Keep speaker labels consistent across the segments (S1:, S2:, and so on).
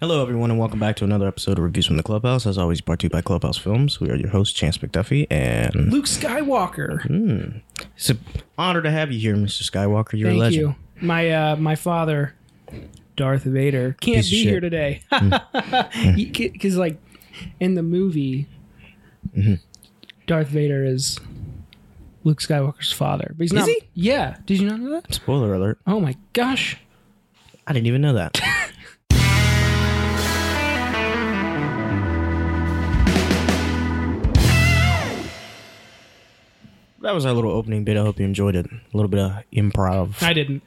S1: Hello, everyone, and welcome back to another episode of Reviews from the Clubhouse. As always, brought to you by Clubhouse Films. We are your hosts, Chance McDuffie, and
S2: Luke Skywalker.
S1: it's an honor to have you here, Mr. Skywalker. You're a
S2: Thank
S1: legend.
S2: you. My uh, my father, Darth Vader, can't
S1: Piece of
S2: be
S1: shit. Mm.
S2: here today because like in the movie,
S1: Mm-hmm.
S2: Darth Vader is Luke Skywalker's father, but he's not.
S1: he?
S2: Yeah. Did you not know that?
S1: Spoiler alert!
S2: Oh my gosh.
S1: I didn't even know that. that was our little opening bit. I hope you enjoyed it. A little bit of improv.
S2: I didn't.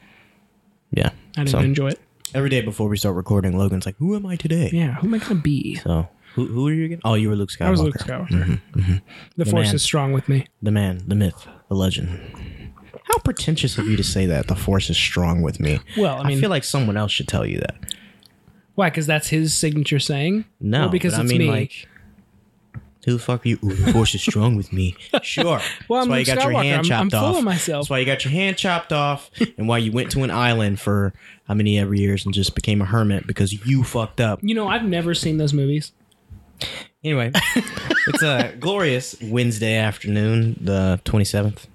S1: yeah.
S2: I didn't
S1: So,
S2: enjoy it.
S1: every day before we start recording, Logan's like, "Who am I today?"
S2: Yeah. Who am I gonna be?
S1: So, who who are you again? Oh, you were Luke Skywalker. Mm-hmm.
S2: I was Luke Skywalker. The Force
S1: man.
S2: is strong with me.
S1: The man, the myth, the legend. How pretentious of you to say that the force is strong with me.
S2: Well, I
S1: I
S2: mean,
S1: feel like someone else should tell you that.
S2: why? Because that's his signature saying.
S1: No,
S2: Or because
S1: but I
S2: it's
S1: mean,
S2: me.
S1: like, who the fuck are you? Ooh, the force is strong with me. Sure. That's
S2: Well, I'm
S1: why
S2: Luke
S1: you got your
S2: Skywalker.
S1: hand
S2: I'm-
S1: chopped
S2: I'm full
S1: off.
S2: of myself.
S1: That's why you got your hand chopped off, and why you went to an island for how many ever years and just became a hermit because you fucked up.
S2: You know, I've never seen those movies.
S1: Anyway, it's a glorious Wednesday afternoon, the 27th.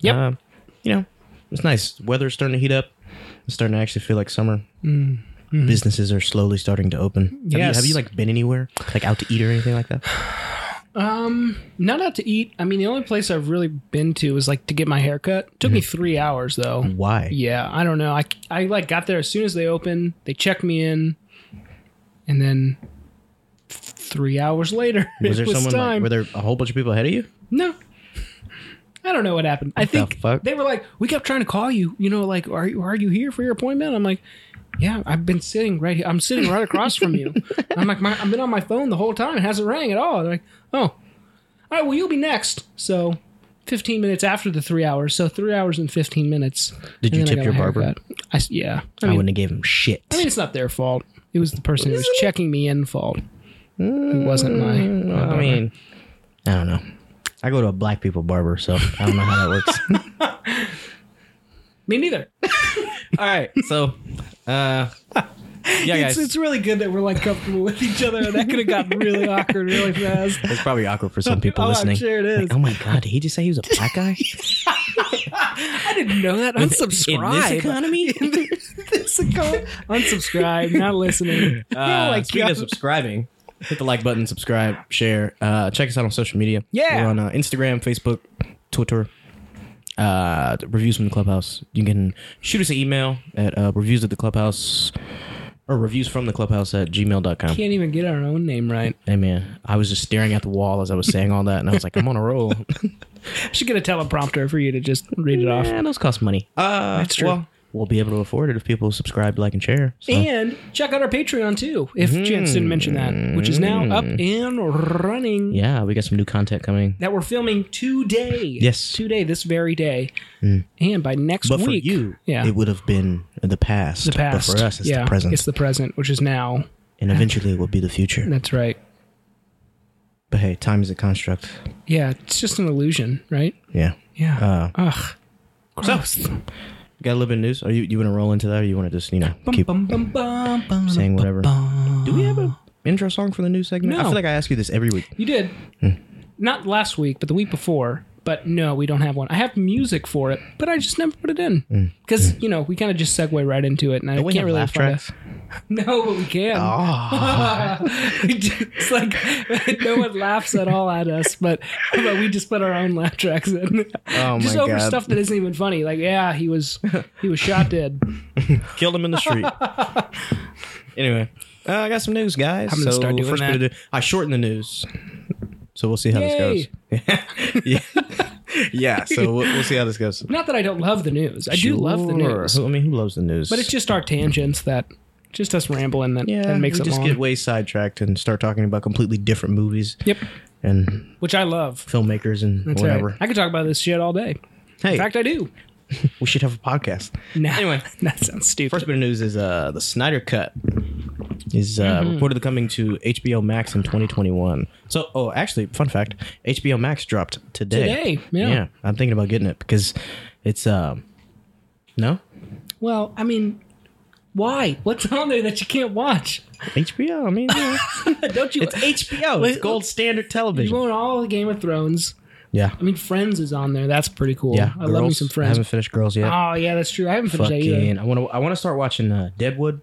S2: Yep.
S1: Uh, you know, it's nice. Weather's starting to heat up. It's starting to actually feel like summer. Businesses are slowly starting to open. Have, you,
S2: Mm-hmm. Yes.
S1: have you like been anywhere, like out to eat or anything like that?
S2: Not out to eat. I mean, the only place I've really been to was like to get my hair cut. Took me
S1: Mm-hmm.
S2: three hours though.
S1: Why?
S2: Yeah, I don't know. I, I like got there as soon as they opened. They checked me in, and then three hours later
S1: Was
S2: it
S1: there
S2: was
S1: someone? Like,
S2: time.
S1: were there a whole bunch of people ahead of you?
S2: no, I don't know what happened. I
S1: the
S2: think
S1: fuck?
S2: they were like, we kept trying to call you. You know, like, are you are you here for your appointment? I'm like. Yeah, I've been sitting right here. I'm sitting right across from you. I'm like, my, I've been on my phone the whole time. It hasn't rang at all. They're like, oh, all right, well, you'll be next. So, 15 minutes after the three hours. So, three hours and 15 minutes.
S1: Did you
S2: And then
S1: tip
S2: I got
S1: your
S2: my
S1: barber?
S2: haircut. I s yeah. I
S1: I,
S2: mean,
S1: wouldn't have gave him shit.
S2: I mean, it's not their fault. It was the person who was
S1: Mm.
S2: checking me in fault. It wasn't my. my
S1: I
S2: barber.
S1: mean, I don't know. I go to a black people barber, so I don't know how that works.
S2: me neither.
S1: All right, so, uh, yeah,
S2: It's,
S1: guys,
S2: it's really good that we're like comfortable with each other. That could have gotten really awkward really fast.
S1: It's probably awkward for some people
S2: Oh, I'm
S1: listening.
S2: sure it is.
S1: Like, oh my god, did he just say he was a black guy?
S2: I didn't know that.
S1: In this
S2: Unsubscribe.
S1: economy?
S2: This account- Unsubscribe. Not listening.
S1: Uh,
S2: oh my
S1: speaking of
S2: god.
S1: subscribing, hit the like button, subscribe, share, uh, check us out on social media.
S2: Yeah.
S1: We're on uh, Instagram, Facebook, Twitter. Uh, reviews from the clubhouse. You can shoot us an email at uh, reviews at the clubhouse or reviews from the clubhouse at gmail.com.
S2: Can't even get our own name right.
S1: Hey man, I was just staring at the wall as I was saying all that, and I was like, I'm on a roll.
S2: Should get a teleprompter for you to just read it off.
S1: Man, those cost money. Uh,
S2: That's true.
S1: Well, we'll be able to afford it if people subscribe, like, and share. So.
S2: And check out our Patreon too, if
S1: Hmm.
S2: Chance didn't mention that, which is now up and running.
S1: Yeah, we got some new content coming.
S2: that we're filming today.
S1: Yes. Hmm.
S2: today, this very day, and by next
S1: But for
S2: week.
S1: you,
S2: yeah,
S1: it would have been the past.
S2: the past.
S1: But for us, it's
S2: yeah,
S1: the present.
S2: It's the present, which is now.
S1: and eventually it will be the future.
S2: That's right.
S1: But hey, time is a construct.
S2: Yeah, it's just an illusion, right?
S1: Yeah. Uh,
S2: Yeah. Ugh. Gross.
S1: Got a little bit of news? Are you you want to roll into that or you want to just, you know, keep
S2: Bum, bum, bum, bum.
S1: saying whatever? Do we have a intro song for the new segment? I
S2: No.
S1: feel like I ask you this every week.
S2: You did.
S1: Hmm.
S2: Not last week, but the week before. But no, we don't have one. I have music for it, but I just never put it in because you know we kind of just segue right into it, and I
S1: Hmm. we
S2: can't
S1: have
S2: really
S1: laugh
S2: find a-
S1: tracks? Ah.
S2: No, but we can. it's like no one laughs at all at us, but but we just put our own laugh tracks in.
S1: Oh,
S2: just
S1: my
S2: over
S1: God.
S2: stuff that isn't even funny. Like, yeah, he was he was shot dead.
S1: Killed him in the street. anyway, uh, I got some news, guys.
S2: I'm gonna
S1: so
S2: start doing
S1: first bit of
S2: that.
S1: news- I shortened the news, so we'll see how
S2: Yay.
S1: this goes. yeah, yeah. So we'll, we'll see how this goes.
S2: Not that I don't love the news. I do love the
S1: Sure.
S2: news.
S1: Who- I mean, who loves the news?
S2: But it's just our tangents that just us rambling that,
S1: yeah,
S2: that makes
S1: we
S2: it
S1: just
S2: long.
S1: get way sidetracked and start talking about completely different movies
S2: yep.
S1: and
S2: Which I love.
S1: filmmakers and
S2: That's
S1: whatever.
S2: right. I could talk about this shit all day.
S1: Hey,
S2: In fact I do.
S1: we should have a podcast.
S2: Nah,
S1: Anyway.
S2: that sounds stupid.
S1: First bit of news is uh, the Snyder Cut is uh,
S2: Mm-hmm.
S1: reportedly coming to HBO Max in 2021. So, oh, actually, fun fact: HBO Max dropped today.
S2: Today, yeah.
S1: I'm thinking about getting it because it's um, uh, no,
S2: Well, I mean, Why? What's on there that you can't watch?
S1: HBO. I mean, yeah.
S2: Don't you?
S1: it's HBO. It's
S2: Wait,
S1: gold standard television.
S2: you own all the Game of Thrones.
S1: yeah,
S2: I mean, Friends is on there. That's pretty cool.
S1: yeah.
S2: I love me
S1: Girls.
S2: some
S1: I
S2: Friends.
S1: haven't finished Girls yet.
S2: Oh yeah, that's true. I haven't finished that either.
S1: Fucking, I want to. I want to start watching uh, Deadwood.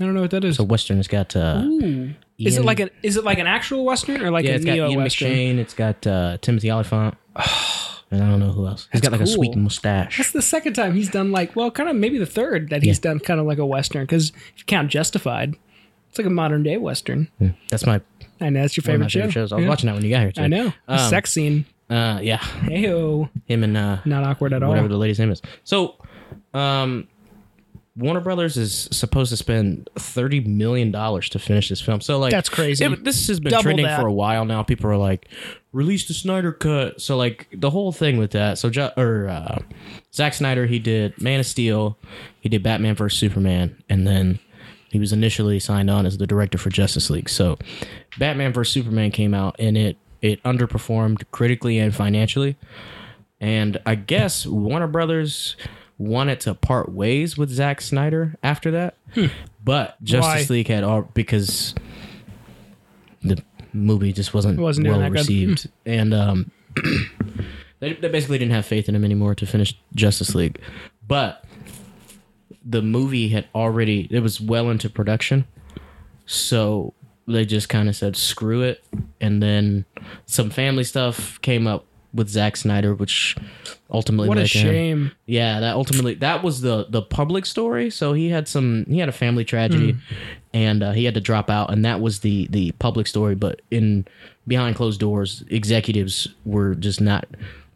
S2: I don't know what that is.
S1: The Western. It's got. Uh,
S2: Ooh. Is it
S1: Ian-
S2: like an is it like an actual western or like
S1: yeah,
S2: a
S1: it's got
S2: neo
S1: Ian
S2: western?
S1: McShane. It's got uh, Timothy Oliphant. and I don't know who else. He's got like a
S2: cool.
S1: sweet mustache.
S2: That's the second time he's done like well, kind of maybe the third that he's done kind of like a western because if you count Justified, it's like a modern day western.
S1: That's my
S2: I know that's your
S1: one of
S2: favorite,
S1: my favorite
S2: show.
S1: shows. I was
S2: Yeah.
S1: watching that when you got here. Too.
S2: I know the
S1: Um,
S2: sex scene.
S1: Uh, yeah,
S2: Heyo,
S1: him and uh,
S2: not awkward at all.
S1: whatever the lady's name is. So, um, Warner Brothers is supposed to spend thirty million dollars to finish this film. So, like,
S2: That's crazy.
S1: Yeah, but this has been
S2: Double
S1: trending
S2: that.
S1: for a while now. People are like, release the Snyder cut. So, like, the whole thing with that. So, jo- or uh, Zack Snyder, he did Man of Steel, he did Batman vs Superman, and then. He was initially signed on as the director for Justice League. So, Batman vs Superman came out, and it it underperformed critically and financially. And I guess Warner Brothers wanted to part ways with Zack Snyder after that. But Justice
S2: Hmm. Why?
S1: League had all because the movie just wasn't,
S2: It wasn't doing
S1: well
S2: that good. Hmm.
S1: received. And um they, they basically didn't have faith in him anymore to finish Justice League. But the movie had already it was well into production. So they just kind of said screw it and then some family stuff came up with Zack Snyder which ultimately
S2: what a
S1: led to him-
S2: shame.
S1: yeah, that ultimately that was the the public story. So he had some he had a family tragedy,
S2: Hmm.
S1: and uh, he had to drop out, and that was the the public story. But in behind closed doors, executives were just not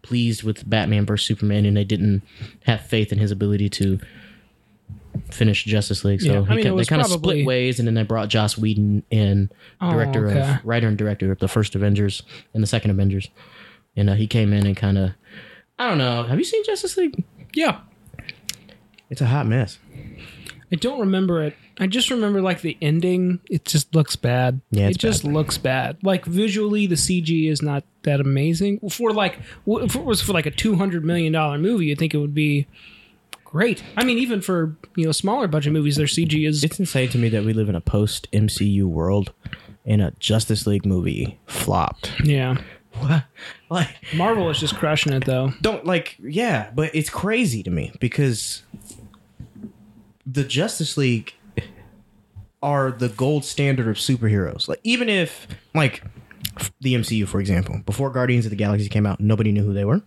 S1: pleased with Batman vs Superman, and they didn't have faith in his ability to finish Justice League. So
S2: Yeah, I
S1: he
S2: mean,
S1: ki-
S2: it
S1: they
S2: was
S1: kind of
S2: probably- Oh,
S1: split ways, and then they brought Joss Whedon in, director
S2: okay.
S1: of writer and director of the first Avengers and the second Avengers, and uh, he came in and kind of. I don't know. Have you seen Justice League?
S2: Yeah,
S1: It's a hot mess.
S2: I don't remember it. I just remember like the ending. It just looks bad.
S1: Yeah, it's
S2: it just looks bad. Like visually, the CG is not that amazing. For like, w- if it was for like a two hundred million dollar movie, you'd think it would be great. I mean, even for you know smaller budget movies, their CG is
S1: It's insane to me that we live in a post MCU world and a Justice League movie flopped.
S2: yeah.
S1: What? Like,
S2: Marvel is just crushing it though.
S1: don't like, yeah, but it's crazy to me because the Justice League are the gold standard of superheroes. Like, even if, like, the MCU, for example, before Guardians of the Galaxy came out, nobody knew who they were.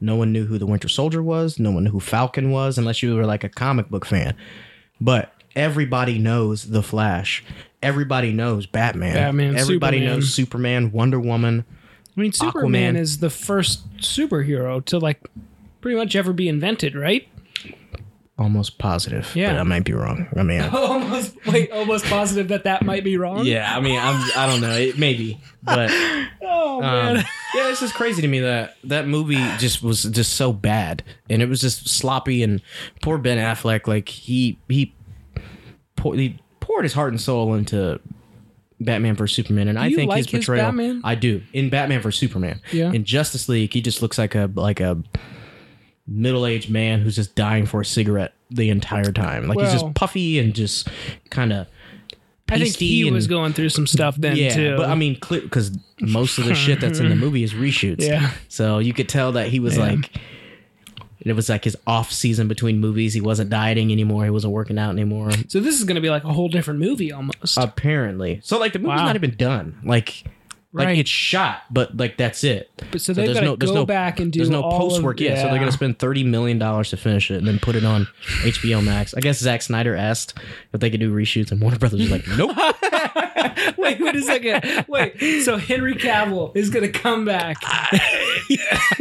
S1: No one knew who the Winter Soldier was. No one knew who Falcon was, unless you were like a comic book fan. But everybody knows The Flash. Everybody knows Batman.
S2: Batman,
S1: everybody
S2: Superman.
S1: knows Superman, Wonder Woman.
S2: I mean, Superman
S1: Aquaman.
S2: is the first superhero to like pretty much ever be invented, right?
S1: Almost positive.
S2: Yeah.
S1: But I might be wrong. I mean,
S2: Almost wait, almost positive that that might be wrong.
S1: yeah, I mean, I'm, I don't know. It maybe, but
S2: Oh man.
S1: um, yeah, it's just crazy to me that that movie just was just so bad, and it was just sloppy. And poor Ben Affleck, like he he, pour, he poured his heart and soul into Batman vs Superman, and I
S2: you
S1: think
S2: like
S1: his
S2: his
S1: portrayal.
S2: Batman?
S1: I do in Batman vs Superman.
S2: Yeah.
S1: In Justice League, he just looks like a like a middle aged man who's just dying for a cigarette the entire time. Like he's
S2: Well-
S1: just puffy and just kind of.
S2: I think he was going through some stuff then
S1: Yeah,
S2: too.
S1: but I mean, because most of the shit that's in the movie is reshoots.
S2: Yeah.
S1: so you could tell that he was like, it was like his off season between movies. He wasn't dieting anymore. He wasn't working out anymore.
S2: so this is going to be like a whole different movie
S1: Uh,
S2: almost.
S1: Apparently, so like the movie's
S2: Wow.
S1: not even done. Like,
S2: Right.
S1: like it's shot, but like that's it.
S2: but
S1: so
S2: so they've
S1: there's
S2: got to
S1: no- there's
S2: go
S1: no-
S2: back and do
S1: There's no
S2: all
S1: post
S2: of-
S1: work yet, so they're gonna spend thirty million dollars to finish it and then put it on HBO Max. I guess Zack Snyder asked if they could do reshoots, and Warner Brothers was like, "Nope."
S2: wait, wait a second. Wait, so Henry Cavill is going to come back?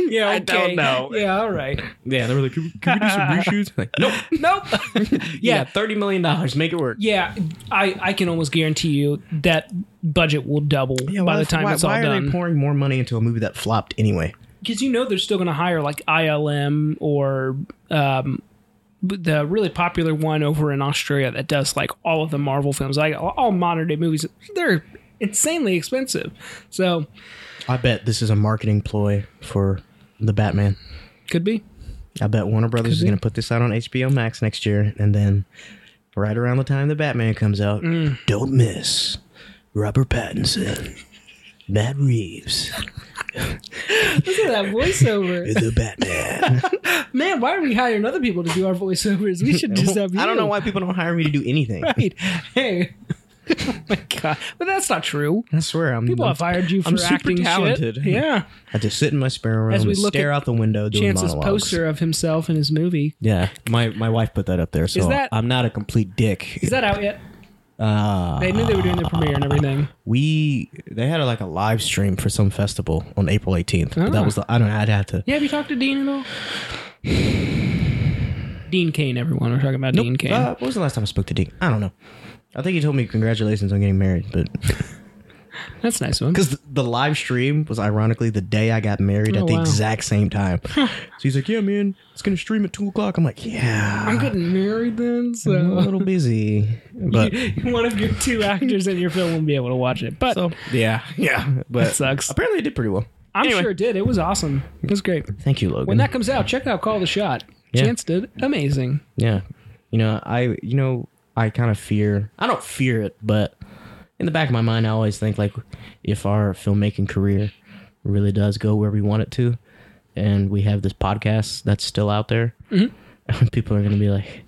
S2: yeah,
S1: I don't
S2: okay.
S1: know.
S2: Yeah, all right.
S1: yeah, they were like, "Can we, can we do some reshoots?" Like, nope.
S2: Nope.
S1: Yeah,
S2: yeah,
S1: thirty million dollars, make it work.
S2: yeah. I I can almost guarantee you that budget will double by the time
S1: why,
S2: it's all
S1: why are they
S2: done.
S1: pouring more money into a movie that flopped anyway?
S2: because you know they're still going to hire like ILM or um, the really popular one over in Australia that does like all of the Marvel films, like all- all modern day movies. They're insanely expensive, so
S1: I bet this is a marketing ploy for the Batman.
S2: could be.
S1: I bet Warner Brothers is
S2: be.
S1: going to put this out on HBO Max next year, and then right around the time the Batman comes out,
S2: Mm.
S1: don't miss Robert Pattinson, Matt Reeves,
S2: Listen to that voiceover.
S1: the Batman.
S2: Man, why are we hiring other people to do our voiceovers? We should just have you.
S1: I don't know why people don't hire me to do anything.
S2: Right. Hey. oh my god. But that's not true.
S1: I swear, I'm.
S2: People
S1: I'm-
S2: have hired you for
S1: I'm super
S2: acting shit.
S1: talented.
S2: Yeah.
S1: I just sit in my spare room
S2: As we
S1: and
S2: look
S1: stare
S2: at
S1: out the window doing
S2: Chance's
S1: monologues.
S2: poster of himself in his movie.
S1: Yeah, my my wife put that up there, so
S2: Is that-
S1: I'm not a complete dick.
S2: Is that out yet?
S1: Uh,
S2: They knew they were doing the premiere and everything.
S1: we they had a, like a live stream for some festival on April 18th. But that
S2: Ah.
S1: was the I don't know. I'd have to.
S2: Yeah, have you talked to Dean at all? Dean Kane, everyone. We're talking about Dean Kane.
S1: Uh, what was the last time I spoke to Dean? I don't know. I think he told me congratulations on getting married, but
S2: That's a nice one.
S1: because the, the live stream was ironically the day I got married
S2: Oh,
S1: at the
S2: wow.
S1: exact same time. so he's like, "Yeah, man, it's gonna stream at two o'clock." I'm like, "Yeah,
S2: I'm getting married then, so
S1: I'm a little busy, but
S2: one of your two actors in your film won't be able to watch it. But
S1: Mm-hmm. so yeah, yeah, but
S2: sucks.
S1: Apparently, it did pretty well.
S2: I'm
S1: Anyway.
S2: sure it did. It was awesome. It was great.
S1: Thank you, Logan.
S2: When that comes out, check out Call the Shot.
S1: Yeah.
S2: Chance did amazing.
S1: Yeah. You know, I you know, I kind of fear I don't fear it, but in the back of my mind I always think like if our filmmaking career really does go where we want it to and we have this podcast that's still out there,
S2: Mm-hmm.
S1: people are going to be like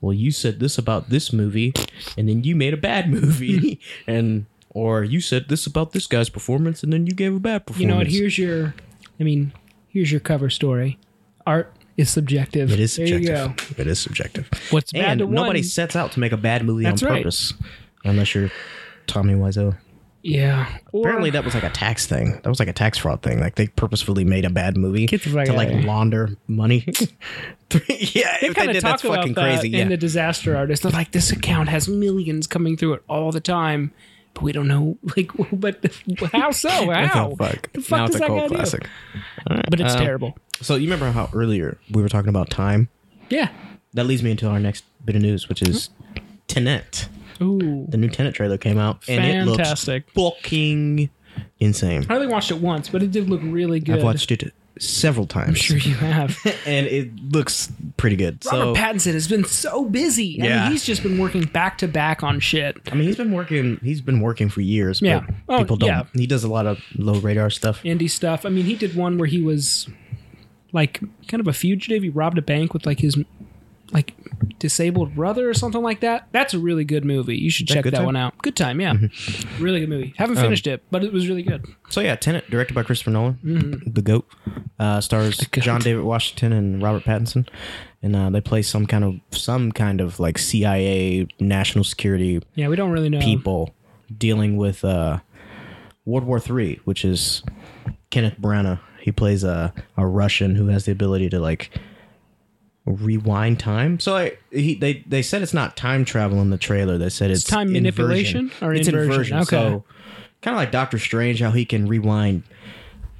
S1: well, you said this about this movie, and then you made a bad movie,
S2: Mm-hmm.
S1: and or you said this about this guy's performance, and then you gave a bad performance.
S2: You know what? Here's your, I mean, here's your cover story. Art is subjective.
S1: it is
S2: There you go.
S1: subjective. It is subjective.
S2: What's bad
S1: and
S2: to one?
S1: nobody sets out to make a bad movie
S2: That's
S1: on
S2: right.
S1: purpose, unless you're Tommy Wiseau.
S2: Yeah. Or,
S1: Apparently, that was like a tax thing. That was like a tax fraud thing. Like they purposefully made a bad movie
S2: Get the fuck
S1: to like
S2: outta here.
S1: launder money. yeah, if they
S2: kind of
S1: did,
S2: talk
S1: that's
S2: about
S1: fucking
S2: that
S1: crazy.
S2: in
S1: Yeah,
S2: the disaster artist. They're like, this account has millions coming through it all the time, but we don't know, like, but how so? How?
S1: Oh, fuck.
S2: The fuck
S1: now
S2: does
S1: it's a
S2: that guy
S1: cult
S2: do?
S1: classic.
S2: But it's
S1: Um,
S2: terrible.
S1: So you remember how earlier we were talking about time?
S2: Yeah.
S1: That leads me into our next bit of news, which is Tenet.
S2: Ooh.
S1: The new Tenet trailer came out, and
S2: Fantastic.
S1: it looks fucking insane.
S2: I only watched it once, but it did look really good.
S1: I've watched it several times.
S2: I'm sure you have.
S1: and it looks pretty good. so
S2: Robert Pattinson has been so busy. I
S1: Yeah.
S2: mean, he's just been working back to back on shit.
S1: I mean, he's been working. He's been working for years.
S2: Yeah.
S1: but
S2: Oh,
S1: people don't.
S2: yeah.
S1: He does a lot of low radar stuff.
S2: Indie stuff. I mean, he did one where he was like kind of a fugitive. He robbed a bank with like his like disabled brother or something like that. That's a really good movie. You should
S1: that
S2: check
S1: Good
S2: that
S1: Time? Mm-hmm. Um,
S2: one out. Good time, yeah. really good movie. Haven't finished it, but it was really good.
S1: So yeah, Tenet, directed by Christopher Nolan, the goat, uh, stars
S2: Mm-hmm. goat.
S1: John David Washington and Robert Pattinson, and uh, they play some kind of some kind of like CIA national security
S2: Yeah, we don't really know.
S1: people dealing with uh, World War Three, which is Kenneth Branagh. He plays a a Russian who has the ability to like rewind time. So I he they they said it's not time travel in the trailer. They said it's,
S2: time
S1: inversion.
S2: manipulation or
S1: it's
S2: inversion?
S1: inversion.
S2: Okay.
S1: So kind of like Doctor Strange, how he can rewind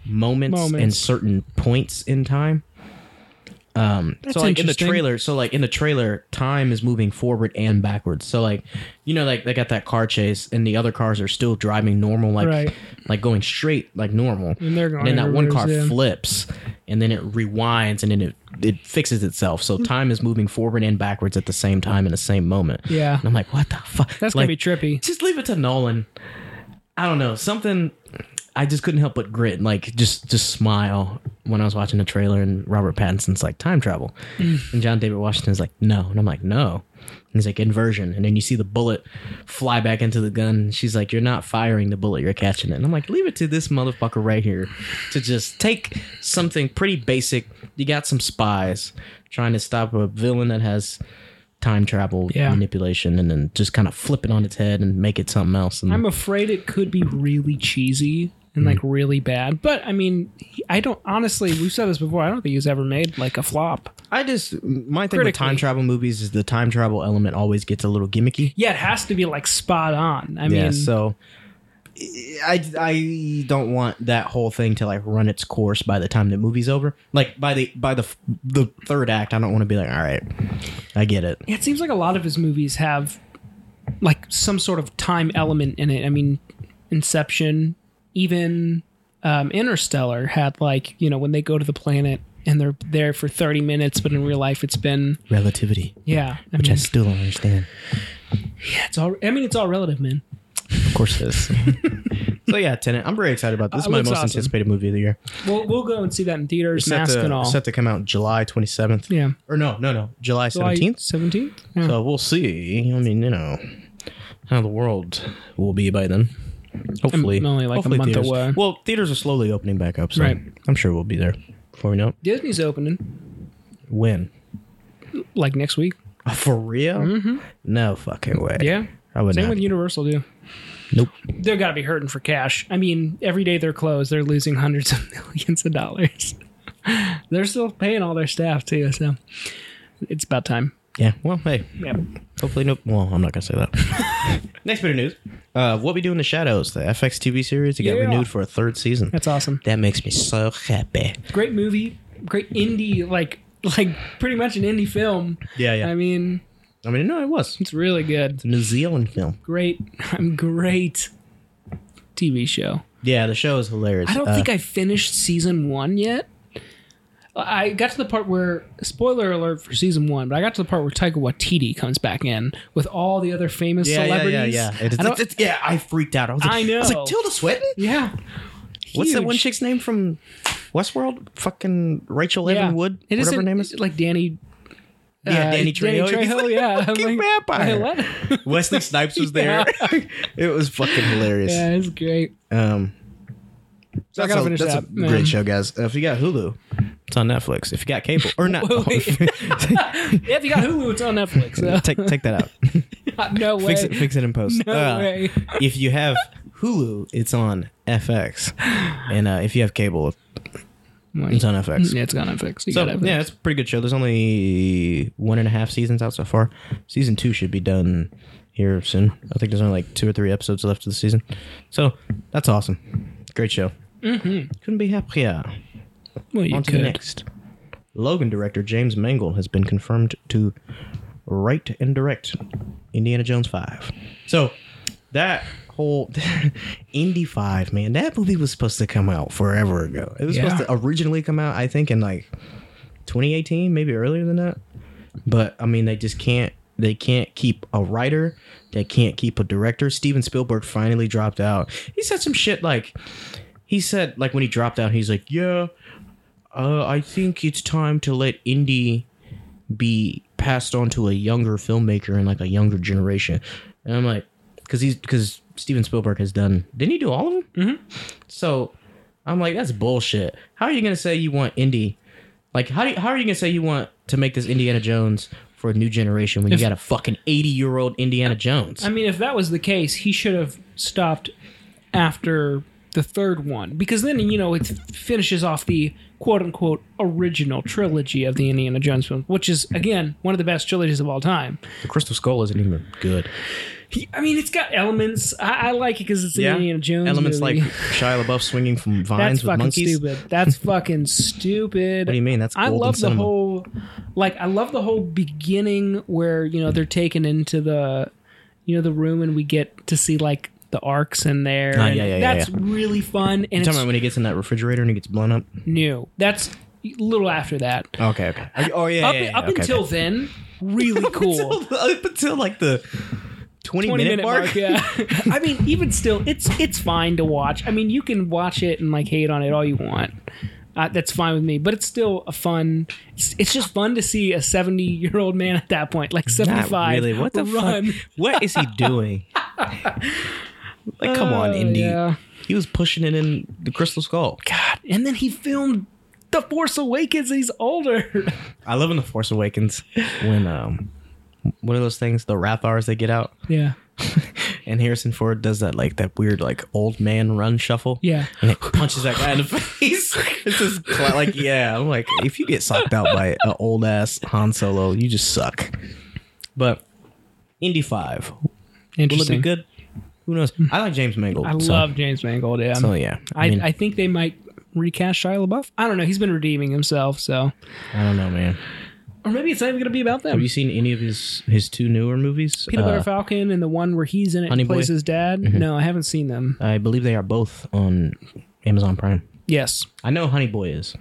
S1: moments, and
S2: Moments.
S1: certain points in time. Um,
S2: That's
S1: so like in the
S2: interesting.
S1: trailer, so like in the trailer, time is moving forward and backwards. So like, you know, like they got that car chase, and the other cars are still driving normal, like
S2: Right.
S1: like going straight, like normal.
S2: And they're going
S1: then that one car
S2: everywhere, yeah.
S1: flips, and then it rewinds, and then it it fixes itself. So
S2: Hmm.
S1: time is moving forward and backwards at the same time in the same moment.
S2: Yeah.
S1: and I'm like, what the fuck?
S2: That's
S1: like,
S2: gonna be trippy.
S1: just leave it to Nolan. I don't know something. I just couldn't help but grit, like just just smile when I was watching the trailer and Robert Pattinson's like time travel, and John David Washington's like no, and I'm like no, and he's like inversion, and then you see the bullet fly back into the gun. And she's like, you're not firing the bullet, you're catching it, and I'm like, leave it to this motherfucker right here to just take something pretty basic. You got some spies trying to stop a villain that has time travel
S2: Yeah.
S1: manipulation and then just kind of flip it on its head and make it something else. And
S2: I'm afraid it could be really cheesy and
S1: Mm-hmm.
S2: like really bad. But I mean, he- I don't honestly. We've said this before. I don't think he's ever made like a flop.
S1: I just my thing with
S2: Critically.
S1: time travel movies is the time travel element always gets a little gimmicky.
S2: Yeah, it has to be like spot on. I
S1: Yeah,
S2: mean,
S1: so I, I don't want that whole thing to like run its course by the time the movie's over. Like by the by the the third act, I don't want to be like, all right, I get it.
S2: it seems like a lot of his movies have like some sort of time element in it. I mean, Inception, even um, Interstellar had like you know when they go to the planet and they're there for 30 minutes, but in real life it's been
S1: Relativity,
S2: yeah. I
S1: which I
S2: mean,
S1: still don't understand.
S2: yeah, it's all. I mean, it's all relative, man.
S1: Of course, it is. so yeah, Tenant. I'm very excited about this. This is
S2: Uh,
S1: my
S2: looks
S1: most
S2: awesome.
S1: anticipated movie of the year.
S2: We'll we'll go and see that in theaters, mask
S1: to,
S2: and all.
S1: set to come out July 27th.
S2: yeah,
S1: Or no, no, no, July 17th.
S2: seventeenth.
S1: So we'll see. I mean, you know, how the world will be by then. Hopefully,
S2: I'm only like a
S1: hopefully
S2: month
S1: theaters-
S2: away.
S1: Well, theaters are slowly opening back up, so
S2: Right.
S1: I'm sure we'll be there before we know it.
S2: Disney's opening
S1: When? Uh,
S2: like next week.
S1: For real? Mm-hmm. No fucking way.
S2: Yeah,
S1: I would
S2: same
S1: not.
S2: with Universal. Do
S1: nope.
S2: they're got to be hurting for cash. I mean, every day they're closed, they're losing hundreds of millions of dollars. they're still paying all their staff too, so it's about time.
S1: Yeah. Well, hey.
S2: Yeah.
S1: Hopefully, nope. Well, I'm not gonna say that. Next bit of news: uh, What We Do in the Shadows, the FX TV series, it got
S2: Yeah.
S1: renewed for a third season.
S2: That's awesome.
S1: that makes me so happy.
S2: Great movie, great indie like like pretty much an indie film.
S1: Yeah, yeah.
S2: I mean,
S1: I mean, no, it was
S2: it's really good.
S1: New Zealand film.
S2: Great. I'm great. TV show.
S1: Yeah, the show is hilarious. Uh,
S2: I don't think I finished season one yet. I got to the part where spoiler alert for season one, but I got to the part where Taika Waititi comes back in with all the other famous
S1: yeah, yeah, yeah,
S2: celebrities.
S1: yeah. It
S2: I
S1: is-
S2: don't-
S1: it's- it's- yeah, I freaked out. I was like,
S2: I know.
S1: I was like, Tilda Swinton.
S2: yeah.
S1: What's that
S2: Huge.
S1: one chick's name from Westworld? Fucking Rachel
S2: Yeah.
S1: Evan Wood.
S2: It
S1: whatever
S2: isn't-
S1: her name is.
S2: Like Danny. uh,
S1: Yeah, Danny Trejo. He's like
S2: yeah.
S1: a fucking vampire.
S2: what?
S1: Wesley Snipes was
S2: Yeah.
S1: there. it was fucking hilarious.
S2: yeah, it's great.
S1: Um,
S2: So I gotta finish
S1: that's
S2: that.
S1: a great show, guys. Uh, If you got Hulu, it's on Netflix. If you got cable or not,
S2: Wait, wait. if you got Hulu, it's on Netflix. so-
S1: take take that out.
S2: no way.
S1: fix it. Fix it in post. Uh,
S2: No way.
S1: If you have Hulu, it's on FX, and uh, if you have cable,
S2: Wait.
S1: it's on FX.
S2: Yeah, it's on Netflix. You
S1: So
S2: got it.
S1: yeah, it's a pretty good show. There's only one and a half seasons out so far. Season two should be done here soon. I think there's only like two or three episodes left of the season. So that's awesome. Great show. Mm-hmm. Couldn't be happier.
S2: Well, you
S1: On to the
S2: could.
S1: next. Logan director James Mangold has been confirmed to write and direct Indiana Jones 5. So that whole Indy 5, man, that movie was supposed to come out forever ago. It was
S2: Yeah.
S1: supposed to originally come out, I think, in like 2018, maybe earlier than that. But I mean, they just can't. They can't keep a writer. They can't keep a director. Steven Spielberg finally dropped out. He said some shit like, he said like when he dropped out, he's like, yeah, uh, I think it's time to let indie be passed on to a younger filmmaker and like a younger generation. And I'm like, because he's because Steven Spielberg has done. Didn't he do all of them? Mm-hmm. So I'm like, that's bullshit. How are you gonna say you want indie? Like, how do you, how are you gonna say you want to make this Indiana Jones for a new generation when you got a fucking 80 year old Indiana Jones?
S2: I mean, if that was the case, he should have stopped after the third one because then you know it finishes off the quote unquote original trilogy of the Indiana Jones films, which is again one of the best trilogies of all time.
S1: the Crystal Skull isn't even good.
S2: He, I mean, it's got elements. I, I like it because it's an Indiana Jones.
S1: elements
S2: movie.
S1: like Shia LaBeouf swinging from
S2: that's
S1: vines with
S2: fucking
S1: monkeys.
S2: stupid. That's fucking stupid.
S1: What do you mean? That's
S2: I
S1: golden
S2: love the
S1: cinema.
S2: whole, like, I love the whole beginning where you know they're taken into the, you know, the room and we get to see like the arcs in there.
S1: Ah,
S2: and
S1: yeah, yeah, yeah,
S2: that's
S1: yeah.
S2: really fun and
S1: You
S2: it's
S1: talking about when he gets in that refrigerator and he gets blown up?
S2: new. That's a little after that.
S1: Okay, okay. Oh yeah,
S2: up
S1: yeah, yeah,
S2: up
S1: okay,
S2: until
S1: okay.
S2: then, really cool.
S1: Up until, up until, like the 20,
S2: 20
S1: minute,
S2: minute
S1: mark.
S2: yeah. I mean, even still, it's it's fine to watch. I mean, you can watch it and like hate on it all you want. Uh, that's fine with me, but it's still a fun. It's, it's just fun to see a seventy-year-old man at that point, like
S1: Not
S2: seventy-five.
S1: really. What the
S2: run.
S1: fuck? What is he doing? like, come on,
S2: Oh,
S1: Indy.
S2: yeah.
S1: He was pushing it in the Crystal Skull.
S2: God, and then he filmed The Force Awakens. And he's older.
S1: I love in the Force Awakens when um, what are those things? The Rathars they get out,
S2: Yeah,
S1: and Harrison Ford does that like that weird like old man run shuffle.
S2: yeah.
S1: and it punches that guy in the face. It's just cla- like, yeah, I'm like, if you get sucked out by an old ass Han Solo, you just suck. But Indy Five, will it be
S2: Interesting. Hmm.
S1: good? Who knows? I like James Mangold.
S2: I
S1: so-
S2: love James Mangold. Yeah,
S1: So yeah, I,
S2: I,
S1: mean,
S2: I
S1: I,
S2: think they might recast Shia LaBeouf. I don't know. He's been redeeming himself, so
S1: don't know, man.
S2: or maybe it's not even going to be about them.
S1: Have you seen any of his his two newer movies?
S2: Peanut Butter
S1: Uh,
S2: Falcon and the one where he's in it
S1: Honey
S2: and plays
S1: Boy? Mm-hmm.
S2: his dad. No, I haven't seen them.
S1: I believe they are both on Amazon Prime.
S2: Yes.
S1: I know Honey Boy is.
S2: I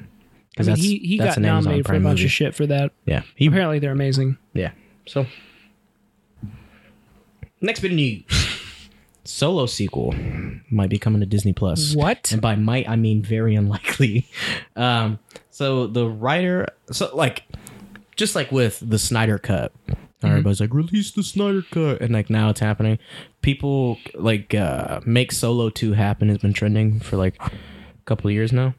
S1: Because
S2: mean,
S1: that's-
S2: he, he
S1: that's
S2: got
S1: an Amazon
S2: nominated for a
S1: Prime
S2: bunch
S1: movie.
S2: of shit for that.
S1: Yeah. He,
S2: Apparently, they're amazing.
S1: yeah. So, next bit of news Solo sequel might be coming to Disney Plus.
S2: What?
S1: And by might, I mean very unlikely. Um, so the writer, so like, just like with the Snyder Cut,
S2: Mm-hmm.
S1: everybody's like, release the Snyder Cut, and like now it's happening. People like uh, make Solo Two happen has been trending for like a couple of years now.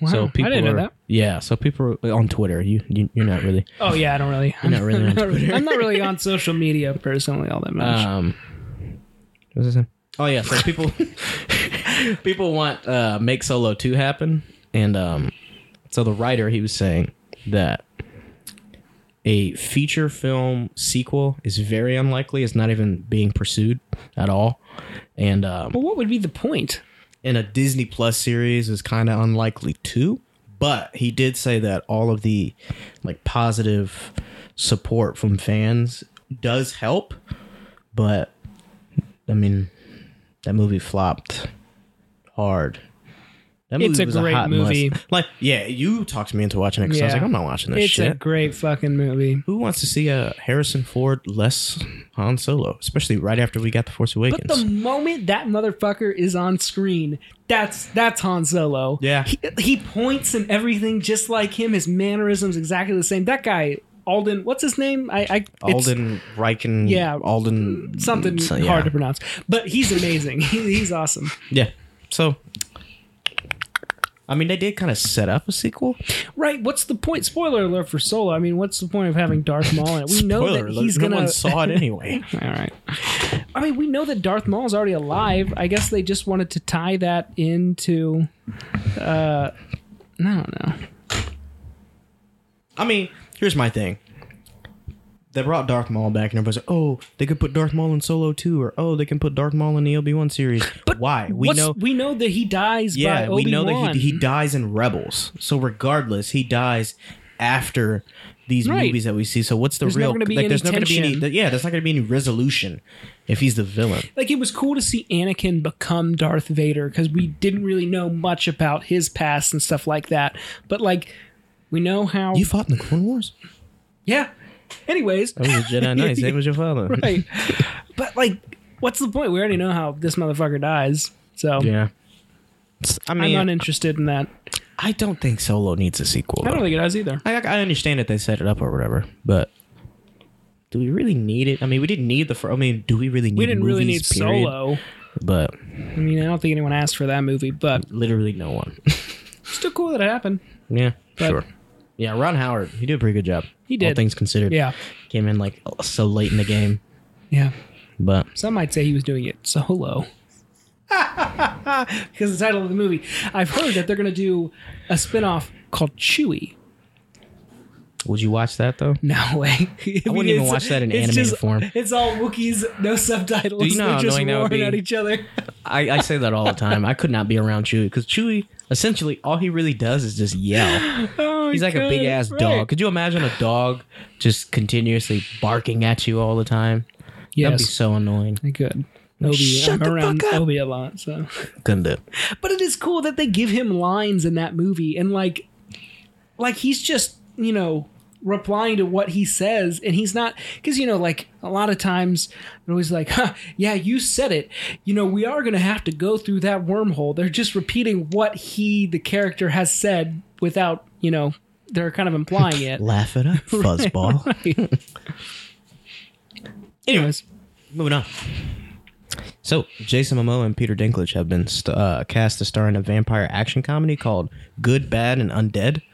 S2: Wow.
S1: So people
S2: I didn't
S1: are,
S2: know that.
S1: yeah. So people are on Twitter. You, you you're not really.
S2: Oh yeah, I don't really. I'm
S1: not really on
S2: not really-
S1: Twitter.
S2: I'm not really on social media personally all that much.
S1: Um, what was I saying? Oh yeah, so people people want uh, make Solo two happen, and um, so the writer he was saying that a feature film sequel is very unlikely. It's not even being pursued at all, and um,
S2: but what would be the point?
S1: in a Disney Plus series is kind of unlikely too. But he did say that all of the like positive support from fans does help. But I mean, that movie flopped hard. That
S2: It's a great movie.
S1: must. Like, yeah, you talked me into watching it because I was
S2: Yeah.
S1: like, I'm not watching this
S2: it's
S1: shit.
S2: a great fucking movie.
S1: Who wants to see a Harrison Ford less Han Solo, especially right after we got the Force Awakens?
S2: But the moment that motherfucker is on screen, that's that's Han Solo.
S1: Yeah.
S2: He, he points and everything just like him. His mannerisms exactly the same. That guy, Alden, what's his name? I, I it's
S1: Alden Riken,
S2: Yeah.
S1: Alden
S2: something
S1: so- yeah.
S2: hard to pronounce. But he's amazing. he, he's awesome.
S1: Yeah. So, I mean, they did kind of set up a sequel.
S2: Right, what's the point? Spoiler alert for Solo. I mean, what's the point of having Darth Maul in it? We know
S1: Spoiler
S2: that
S1: alert,
S2: he's
S1: no
S2: gonna
S1: one saw it anyway.
S2: All right. I mean, we know that Darth Maul is already alive. I guess they just wanted to tie that into. Uh, I don't know.
S1: I mean, here's my thing. They brought Darth Maul back, and everybody's like, "Oh, they could put Darth Maul in Solo 2, or "Oh, they can put Darth Maul in the Obi Wan series." But why? We
S2: What's-
S1: know,
S2: we know that he dies.
S1: yeah,
S2: by
S1: we know that
S2: Obi-Wan.
S1: he, he dies in Rebels. So regardless, he dies after these
S2: Right.
S1: movies that we see. So what's the
S2: There's
S1: real?
S2: never gonna be
S1: like,
S2: any
S1: there's not going to be
S2: tension.
S1: any. Yeah, there's not going to be any resolution if he's the villain.
S2: like it was cool to see Anakin become Darth Vader because we didn't really know much about his past and stuff like that. But like, we know how.
S1: You fought in the Clone Wars.
S2: yeah. Anyways,
S1: That was a Jedi Knight. Same as your father.
S2: right. But like, what's the point? We already know how this motherfucker dies. So
S1: Yeah. I
S2: I'm
S1: mean,
S2: uninterested in that.
S1: I don't think Solo needs a sequel.
S2: I
S1: though.
S2: don't think it does either.
S1: I, I understand that they set it up or whatever, but do we really need it? I mean, we didn't need the. Fir- I mean, do we really need?
S2: We didn't really need
S1: movies, period?
S2: Solo.
S1: but
S2: I mean, I don't think anyone asked for that movie, but
S1: literally no one.
S2: still cool that it happened.
S1: yeah,
S2: But-
S1: sure. Yeah, Ron Howard, he did a pretty good job.
S2: He did.
S1: All things considered.
S2: Yeah.
S1: came in like so late in the game,
S2: Yeah.
S1: but
S2: Some might say he was doing it solo. because the title of the movie. I've heard that they're going to do a spin off called Chewy.
S1: would you watch that though?
S2: No way. I,
S1: wouldn't even watch that in animated form.
S2: It's all Wookiees, no subtitles.
S1: Do you know
S2: They're
S1: how
S2: just
S1: annoying that would
S2: roaring at
S1: be?
S2: each other.
S1: I, I say that all the time. I could not be around Chewie because Chewie, essentially, all he really does is just yell.
S2: Oh,
S1: He's like a
S2: God,
S1: big ass
S2: right.
S1: dog. Could you imagine a dog just continuously barking at you all the time? That'd be
S2: Yes.
S1: so annoying.
S2: I could. Obi,
S1: Shut
S2: I'm
S1: the
S2: around
S1: fuck up.
S2: Obi a lot, so.
S1: Couldn't do. it.
S2: But it is cool that they give him lines in that movie and like like he's just, you know, replying to what he says and he's not cuz you know like a lot of times they're always like, "Huh, yeah, you said it. You know, we are going to have to go through that wormhole." They're just repeating what he the character has said without, you know, they're kind of implying it.
S1: Laugh it up, fuzzball.
S2: Anyways,
S1: Moving on. So, Jason Momoa and Peter Dinklage have been st- uh, cast to star in a vampire action comedy called Good, Bad, and Undead.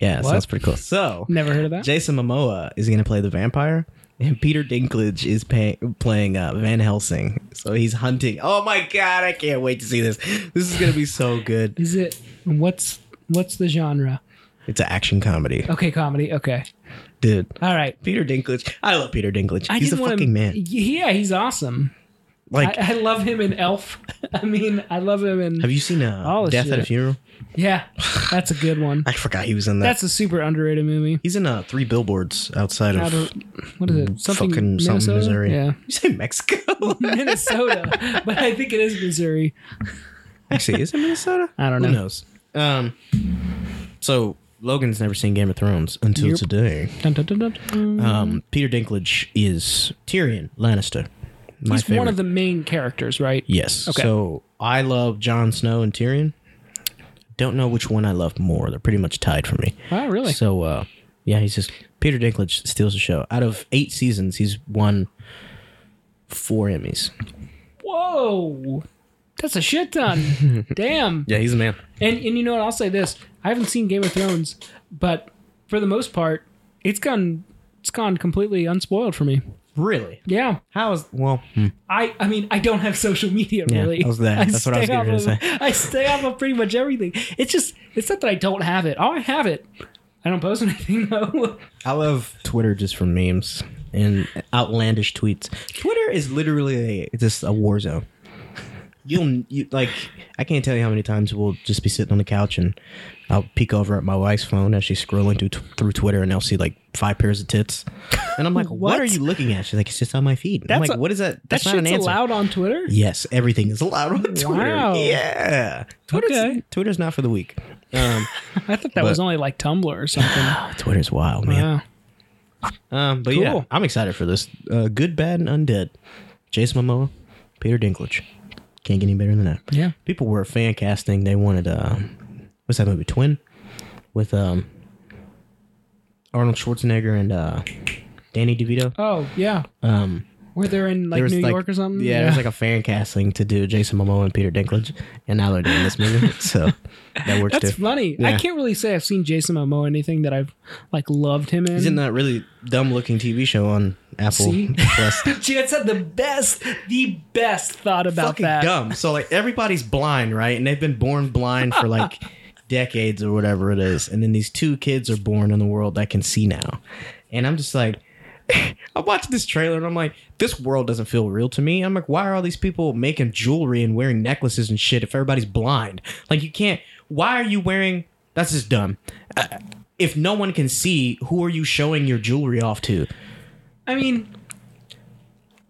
S1: yeah,
S2: What?
S1: sounds pretty cool. So,
S2: never heard of that.
S1: Jason Momoa is going to play the vampire, and Peter Dinklage is pay- playing uh, Van Helsing. So he's hunting. Oh my god, I can't wait to see this. This is going to be so good.
S2: Is it what's what's the genre?
S1: It's an action comedy,
S2: Okay, comedy. Okay.
S1: dude.
S2: All right.
S1: Peter Dinklage. I love Peter Dinklage.
S2: I
S1: he's a
S2: didn't wanna-
S1: fucking man.
S2: Yeah, he's awesome.
S1: Like,
S2: I, I love him in Elf. I mean, I love him in.
S1: have you seen
S2: All
S1: uh,
S2: this
S1: Death at a
S2: shit.
S1: Funeral?
S2: yeah, that's a good one.
S1: I forgot he was in that.
S2: That's a super underrated movie.
S1: He's in uh, three billboards outside
S2: Out
S1: of
S2: of what is it? Something
S1: fucking
S2: Minnesota?
S1: something Missouri.
S2: Yeah,
S1: You say Mexico?
S2: Minnesota. but I think it is Missouri.
S1: Actually, is it Minnesota?
S2: I don't
S1: Who
S2: know.
S1: knows? Um, So Logan's never seen Game of Thrones until
S2: Yep.
S1: today.
S2: Dun, dun, dun, dun, dun.
S1: Um, Peter Dinklage is Tyrion Lannister. My
S2: He's
S1: favorite.
S2: one of the main characters, right?
S1: Yes.
S2: Okay.
S1: So I love Jon Snow and Tyrion. Don't know which one I love more. They're pretty much tied for me.
S2: Oh, really?
S1: So uh, yeah, he's just Peter Dinklage steals the show. Out of eight seasons, he's won four Emmys.
S2: Whoa. That's a shit ton. Damn.
S1: Yeah, he's a man.
S2: And and you know what? I'll say this: I haven't seen Game of Thrones, but for the most part, it's gone. It's gone completely unspoiled for me.
S1: Really?
S2: Yeah,
S1: How is well?
S2: I. I mean, I don't have social media
S1: Yeah,
S2: really.
S1: I was there. That's what I was
S2: stay
S1: gonna
S2: off
S1: say.
S2: Of, I stay off of pretty much everything. It's just. It's not that I don't have it. Oh, I have it. I don't post anything though.
S1: I love Twitter just for memes and outlandish tweets. Twitter is literally a, just a war zone. You'll you, like I can't tell you how many times we'll just be sitting on the couch and I'll peek over at my wife's phone as she's scrolling through through Twitter and I'll see like five pairs of tits, and I'm like, what,
S2: What?
S1: are you looking at?" She's like, "It's just on my feed." I'm
S2: That's
S1: like,
S2: a-
S1: "What is that?"
S2: That
S1: That's not an
S2: shit's
S1: answer.
S2: allowed on Twitter.
S1: Yes, everything is allowed on Twitter.
S2: Wow.
S1: Yeah, Twitter's
S2: Okay.
S1: Twitter's not for the weak. Um,
S2: I thought that was only like Tumblr or something.
S1: Twitter's wild, man.
S2: Wow.
S1: Um, but yeah,
S2: Cool.
S1: I'm excited for this. Uh, good, bad, and undead. Jason Momoa, Peter Dinklage. Can't get any better than that.
S2: Yeah.
S1: People were fan casting. They wanted um, what's that movie? Twin with um, Arnold Schwarzenegger and uh, Danny DeVito.
S2: Oh yeah.
S1: Um,
S2: Were they in like
S1: there was
S2: New
S1: like,
S2: York or something?
S1: Yeah, there was like a fan casting to do Jason Momoa and Peter Dinklage, and now they're doing this movie, so that works
S2: That's
S1: too.
S2: funny.
S1: Yeah.
S2: I can't really say I've seen Jason Momoa anything that I've like loved him in.
S1: He's in that really dumb looking TV show on Apple
S2: See?
S1: Plus.
S2: Chance had the best, the best thought about
S1: fucking
S2: that.
S1: dumb. So like everybody's blind, right? And they've been born blind for like decades or whatever it is. And then these two kids are born in the world that can see now. And I'm just like I watched this trailer and I'm like, this world doesn't feel real to me. I'm like, why are all these people making jewelry and wearing necklaces and shit if everybody's blind? Like you can't why are you wearing that's just dumb. Uh, if no one can see, who are you showing your jewelry off to?
S2: I mean,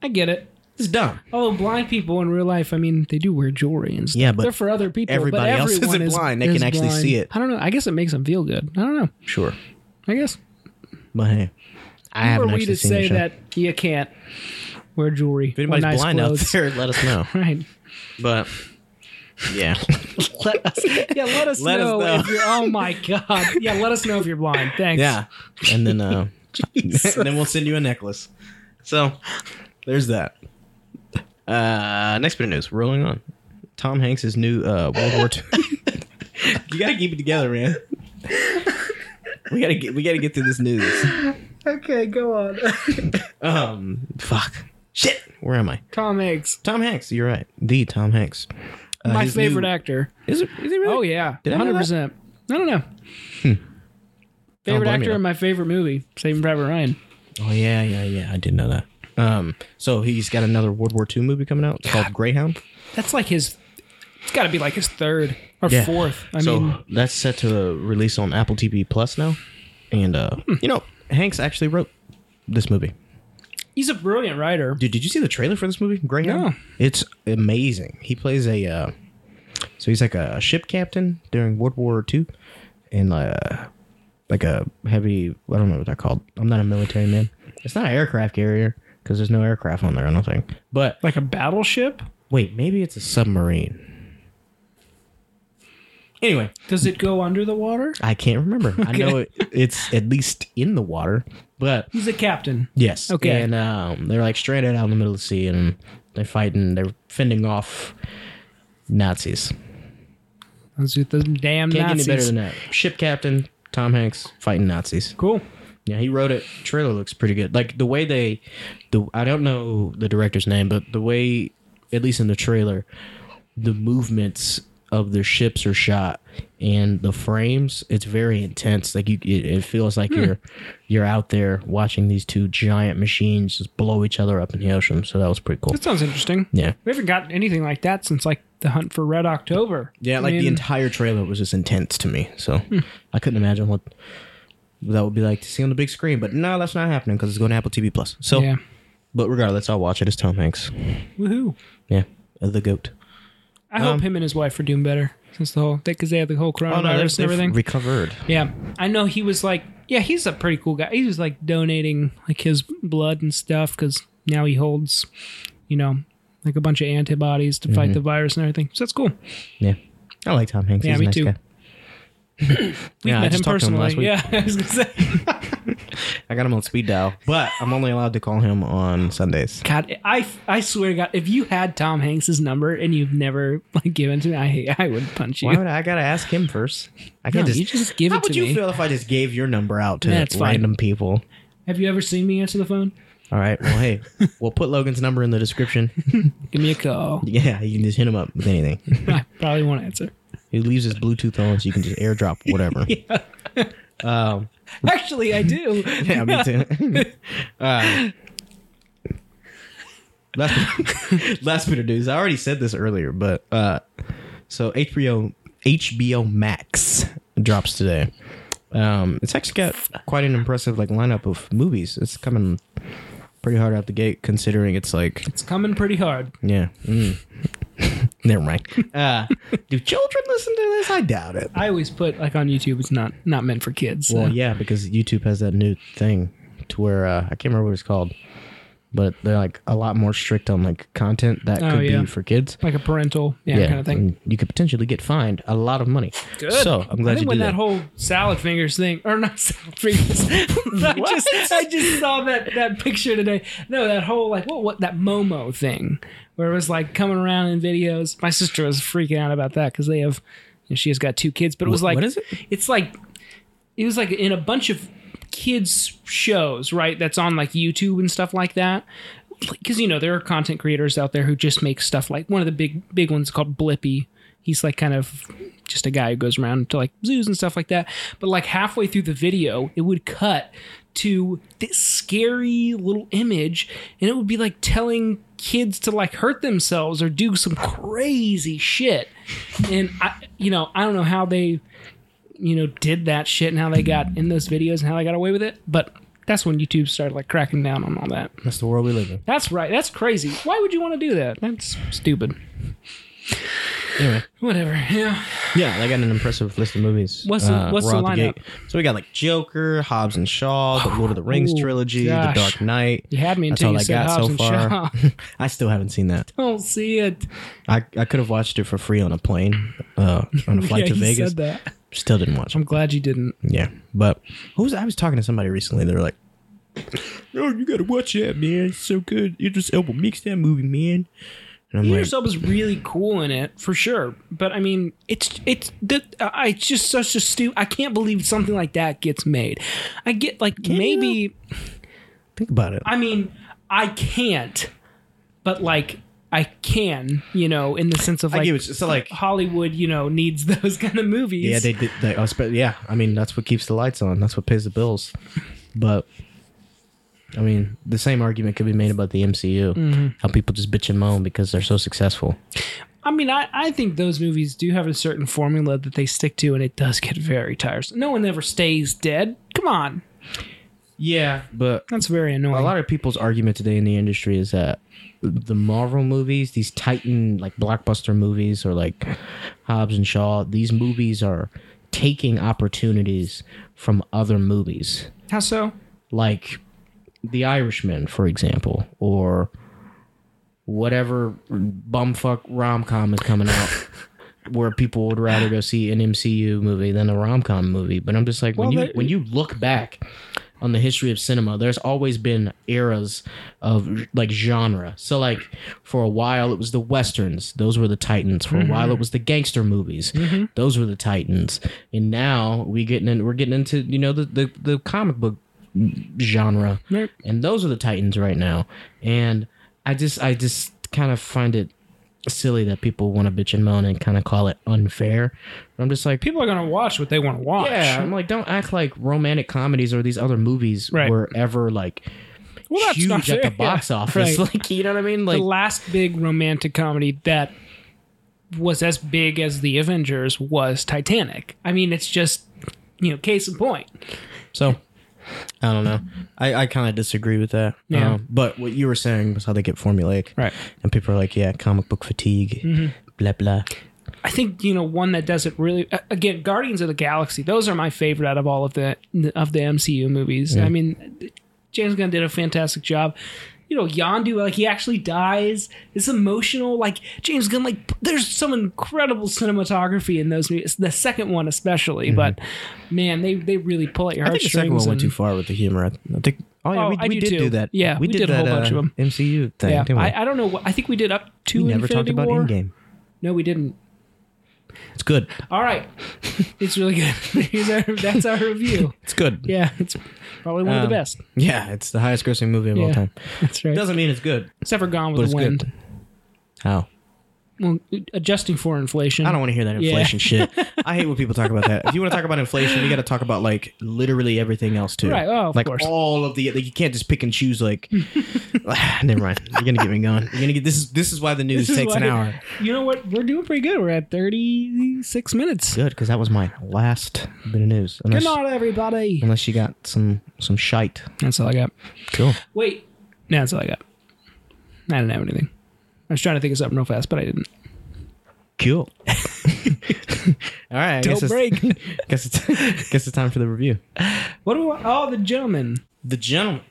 S2: I get it.
S1: It's dumb.
S2: Although blind people in real life, I mean, they do wear jewelry and stuff.
S1: Yeah, but
S2: they're for other people.
S1: everybody
S2: but
S1: else isn't
S2: everyone is
S1: blind. They can
S2: is
S1: actually
S2: blind.
S1: see it.
S2: I don't know. I guess it makes them feel good. I don't know.
S1: Sure.
S2: I guess.
S1: But hey. I
S2: Who are
S1: haven't
S2: we
S1: actually
S2: to
S1: seen the
S2: say
S1: show.
S2: that you can't wear jewelry?
S1: If anybody's
S2: or nice
S1: blind
S2: clothes?
S1: out there, let us know.
S2: right?
S1: But yeah, let us.
S2: Yeah, let us
S1: Let us
S2: know.
S1: know.
S2: If you're, oh my god. Yeah, let us know if you're blind. Thanks.
S1: Yeah, and then uh, and then we'll send you a necklace. So there's that. Uh, next bit of news. Rolling on. Tom Hanks' new uh, World War II. you gotta keep it together, man. We gotta get we gotta get through this news.
S2: Okay, go on.
S1: Um, fuck, shit. Where am I?
S2: Tom Hanks,
S1: Tom Hanks. You're right. The Tom Hanks. Uh,
S2: my
S1: his
S2: favorite
S1: new-
S2: actor.
S1: Is, it, is he really?
S2: Oh yeah,
S1: Did I know Hmm.
S2: hundred percent. I don't know.
S1: Don't
S2: Favorite
S1: blame
S2: actor
S1: you.
S2: in my favorite movie, Saving Private Ryan.
S1: Oh yeah, yeah, yeah. I did know that. Um, so he's got another World War II movie coming out. It's called Greyhound.
S2: That's like his. It's got to be like his third or
S1: Yeah.
S2: fourth. I
S1: so
S2: mean,
S1: that's set to release on Apple TV Plus now. And uh,
S2: Hmm.
S1: you know, Hanks actually wrote this movie.
S2: he's a brilliant writer.
S1: Dude, did you see the trailer for this movie, Greyhound?
S2: No.
S1: It's amazing. He plays a uh, so he's like a ship captain during World War II, and uh, like a heavy. I don't know what they're called. I'm not a military man. It's not an aircraft carrier because there's no aircraft on there. I don't think. But
S2: Like a battleship.
S1: Wait, maybe it's a submarine. Anyway,
S2: Does it go under the water?
S1: I can't remember. I know it, it's at least in the water, but
S2: He's a captain.
S1: yes.
S2: Okay.
S1: And um, they're like stranded out in the middle of the sea, and they're fighting. They're fending off Nazis.
S2: That's with the damn
S1: Can't
S2: Nazis.
S1: get any better than that. Ship captain Tom Hanks fighting Nazis.
S2: cool.
S1: Yeah, he wrote it. Trailer looks pretty good. Like the way they, the I don't know the director's name, but the way, at least in the trailer, the movements of the ships are shot and the frames. It's very intense. Like you, it, it feels like you're you're out there watching these two giant machines just blow each other up in the ocean. So that was pretty cool.
S2: That sounds interesting.
S1: Yeah,
S2: We haven't gotten anything like that since like the Hunt for Red October.
S1: yeah.
S2: I
S1: Like the
S2: mean, Hmm.
S1: entire trailer was just intense to me. So I couldn't imagine what. That would be like to see on the big screen, but no, that's not happening because it's going to Apple TV Plus. So,
S2: Yeah.
S1: But regardless, I'll watch it. It's Tom Hanks.
S2: Woohoo!
S1: Yeah, the goat. Um,
S2: I hope him and his wife are doing better. since the whole because they had the whole
S1: Oh,
S2: coronavirus and everything.
S3: recovered.
S2: yeah, I know he was like, yeah, he's a pretty cool guy. He was like donating like his blood and stuff because now he holds, you know, like a bunch of antibodies to fight the virus and everything. So that's cool.
S1: Mm-hmm. Yeah. I like Tom Hanks.
S2: Yeah,
S1: He's a
S2: me
S1: nice
S2: too.
S1: guy. yeah, I
S2: Met
S1: just talked to him last week.
S2: Yeah, I was gonna say.
S1: I got him on speed dial, but I'm only allowed to call him on Sundays.
S2: God, I, I swear to God, if you had Tom Hanks's number and you've never like given to me, I I would punch you.
S1: Why would I, I gotta ask him first? I can't
S2: No,
S1: just,
S2: you just give
S1: How
S2: it to
S1: would you
S2: me.
S1: feel if I just gave your number out to
S2: That's fine.
S1: random people?
S2: Have you ever seen me answer the phone?
S1: All right. Well, hey, we'll put Logan's number in the description.
S2: Give me a call.
S1: Yeah, you can just hit him up with anything.
S2: I probably won't answer.
S1: He leaves his Bluetooth on, so you can just airdrop whatever. um,
S2: Actually, I do.
S1: yeah, me too. uh, last, bit, last bit of news. I already said this earlier, but uh, so HBO HBO Max drops today. Um, it's actually got quite an impressive like lineup of movies. It's coming pretty hard out the gate, considering it's like
S2: It's coming pretty hard.
S1: yeah. Mm. Never mind. Uh, do children listen to this? I doubt it.
S2: I always put like on YouTube. It's not not meant for kids. Uh, so.
S1: Well, yeah, because YouTube has that new thing to where uh, I can't remember what it's called, but they're like a lot more strict on like content that
S2: Oh,
S1: could
S2: yeah.
S1: be for kids.
S2: like a parental yeah, kind of thing.
S1: and you could potentially get fined a lot of money. Mm. So I'm
S2: I
S1: glad
S2: think
S1: you
S2: when
S1: did
S2: that
S1: that.
S2: whole salad fingers thing, or not salad fingers, I just I just saw that that picture today. No, that whole like what what that Momo thing, where it was like coming around in videos. My sister was freaking out about that because they have, and she has got two kids, but it was
S1: Wh-
S2: like
S1: what is it?
S2: It's like it was like in a bunch of kids shows, right? That's on like YouTube and stuff like that. Because you know there are content creators out there who just make stuff like one of the big big ones called Blippy. He's like kind of just a guy who goes around to like zoos and stuff like that. But like halfway through the video, it would cut to this scary little image, and it would be like telling kids to like hurt themselves or do some crazy shit. And I, you know, I don't know how they you know, did that shit and how they got in those videos and how they got away with it. But that's when YouTube started like cracking down on all that.
S1: That's the world we live in.
S2: That's right. That's crazy. Why would you want to do that? That's stupid.
S1: Anyway,
S2: Whatever. Yeah.
S1: yeah, they got an impressive list of movies. uh,
S2: What's the- what's
S1: we're
S2: the
S1: out
S2: lineup?
S1: gate. so we got like Joker, Hobbs and Shaw, the Lord of the Rings
S2: Ooh,
S1: trilogy,
S2: gosh.
S1: The Dark Knight.
S2: You had me
S1: That's
S2: until
S1: all
S2: you
S1: I
S2: said
S1: got
S2: Hobbs
S1: so
S2: and
S1: far.
S2: Shaw.
S1: I still haven't seen that.
S2: don't see it.
S1: I, I could have watched it for free on a plane, uh, on a flight
S2: yeah,
S1: to
S2: you
S1: Vegas.
S2: said that.
S1: Still didn't watch it.
S2: I'm glad you didn't.
S1: Yeah, but who's I was talking to somebody recently. They were like, "Oh, you gotta watch that, man. It's so good. Idris Elba makes that movie, man." And I'm
S2: Idris Elba's really cool in it for sure, but I mean, it's it's that uh, I- it's just such a stupid. I can't believe something like that gets made. I get like maybe.
S1: like, "Think about it."
S2: I mean, I can't, but like I can, you know, in the sense of
S1: I
S2: like,
S1: get what you- so, like-
S2: Hollywood, you know, needs those kind of movies.
S1: yeah, they did. They, I was- but yeah, I mean that's what keeps the lights on. That's what pays the bills. But I mean, the same argument could be made about the MCU.
S2: Mm-hmm.
S1: How people just bitch and moan because they're so successful.
S2: I mean, I, I think those movies do have a certain formula that they stick to, and it does get very tiresome. No one ever stays dead. Come on,
S1: Yeah, but
S2: that's very annoying.
S1: a lot of people's argument today in the industry is that the Marvel movies, these Titan like blockbuster movies, or like Hobbs and Shaw, these movies are taking opportunities from other movies,
S2: How so?
S1: like The Irishman, for example, or whatever bumfuck rom com is coming out. Where people would rather go see an MCU movie than a rom com movie, but I'm just like when
S2: Well,
S1: you
S2: they-
S1: when you look back on the history of cinema, there's always been eras of like genre. So like for a while it was the westerns, those were the titans. For
S2: Mm-hmm.
S1: a while it was the gangster movies, those were the titans. And now we getting in, we're getting into you know the the, the comic book genre,
S2: Right.
S1: and those are the titans right now. And I just I just kind of find it silly that people want to bitch and moan and kind of call it unfair. I'm just like
S2: People are gonna watch what they want to watch.
S1: yeah, I'm like, don't act like romantic comedies or these other movies
S2: Right.
S1: were ever like
S2: well, that's not
S1: huge at the
S2: fair.
S1: box
S2: Yeah,
S1: office.
S2: right.
S1: Like, you know what I mean? Like,
S2: the last big romantic comedy that was as big as the Avengers was Titanic. I mean, it's just you know, case in point.
S1: so I don't know. I, I kind of disagree with that.
S2: Yeah.
S1: Um, but what you were saying was how they get formulaic,
S2: Right. Mm-hmm.
S1: And people are like, yeah, comic book fatigue, blah blah.
S2: I think you know one that does it really. a- Again, Guardians of the Galaxy. Those are my favorite out of all of the of the MCU movies. I mean, James Gunn did a fantastic job. You know, Yondu, like he actually dies. It's emotional. Like James Gunn, like there's some incredible cinematography in those movies. The second one especially, but man, they they really pull at your
S1: Mm-hmm. I think the
S2: heartstrings.
S1: second one went too
S2: and-
S1: far with the humor. I I think. Oh yeah,
S2: Oh,
S1: we,
S2: I
S1: we
S2: do
S1: did do
S2: too.
S1: that.
S2: Yeah, we did a
S1: that,
S2: whole bunch
S1: uh,
S2: of 'em.
S1: MCU thing.
S2: Yeah,
S1: didn't we?
S2: I, I don't know. what- I think we did up to
S1: we never
S2: Infinity
S1: talked about
S2: War.
S1: Endgame.
S2: No, we didn't.
S1: It's good.
S2: All right, it's really good. Here's our- that's our review.
S1: It's good.
S2: Yeah, it's probably one of
S1: Um,
S2: the best.
S1: Yeah, it's the highest grossing movie of all
S2: Yeah.
S1: time.
S2: That's right.
S1: Doesn't mean it's good.
S2: Except for Gone
S1: But
S2: with
S1: it's
S2: the Wind.
S1: good. How?
S2: Well, adjusting for inflation.
S1: I don't want to hear that
S2: Yeah.
S1: inflation shit. I hate when people talk about that. If you want to talk about inflation, you got to talk about like literally everything else too.
S2: Right, oh, of
S1: like
S2: course.
S1: all of the like you can't just pick and choose. Like, Ah, never mind. You're gonna get me going. You're gonna get this. Is this is why the news
S2: This is
S1: takes an
S2: why-
S1: hour.
S2: You know what? We're doing pretty good. We're at 36 minutes.
S1: Good because that was my last bit of news.
S2: Good
S1: Unless,
S2: night, everybody.
S1: unless you got some some shite.
S2: That's all I got.
S1: Cool.
S2: Wait. No, that's all I got. I didn't have anything. I was trying to think of something real fast, but I didn't.
S1: Cool. all right. I guess it's-
S2: Don't break.
S1: Guess it's guess it's time for the review.
S2: what do we want? Oh, the gentleman.
S1: The Gentleman,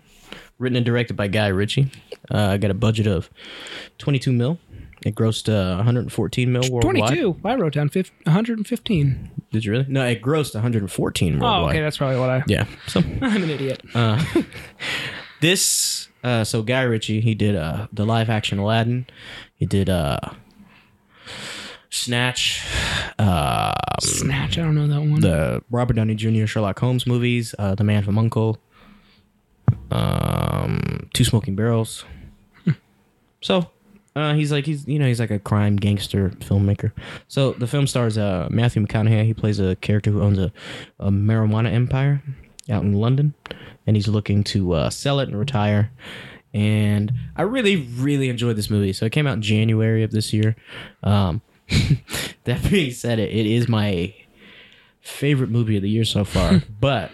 S1: written and directed by Guy Ritchie. Uh, got a budget of 22 mil. It grossed uh, 114 mil worldwide.
S2: 22. I wrote down 50, 115.
S1: Did you really? No, it grossed 114 worldwide.
S2: Oh, okay. That's probably what I.
S1: yeah. Um, So
S2: I'm an idiot.
S1: this, uh, so Guy Ritchie, he did uh, the live action Aladdin. He did uh, Snatch, uh,
S2: Oh, Snatch. I don't know that one.
S1: the Robert Downey Jr. Sherlock Holmes movies, uh, The Man from Uncle, um, Two Smoking Barrels. so uh, he's like he's you know he's like a crime gangster filmmaker. So the film stars uh, Matthew McConaughey. He plays a character who owns a, a marijuana empire out in London, and he's looking to uh, sell it and retire. And I really, really enjoyed this movie. So it came out in January of this year. Um, that being said, it, it is my favorite movie of the year so far. but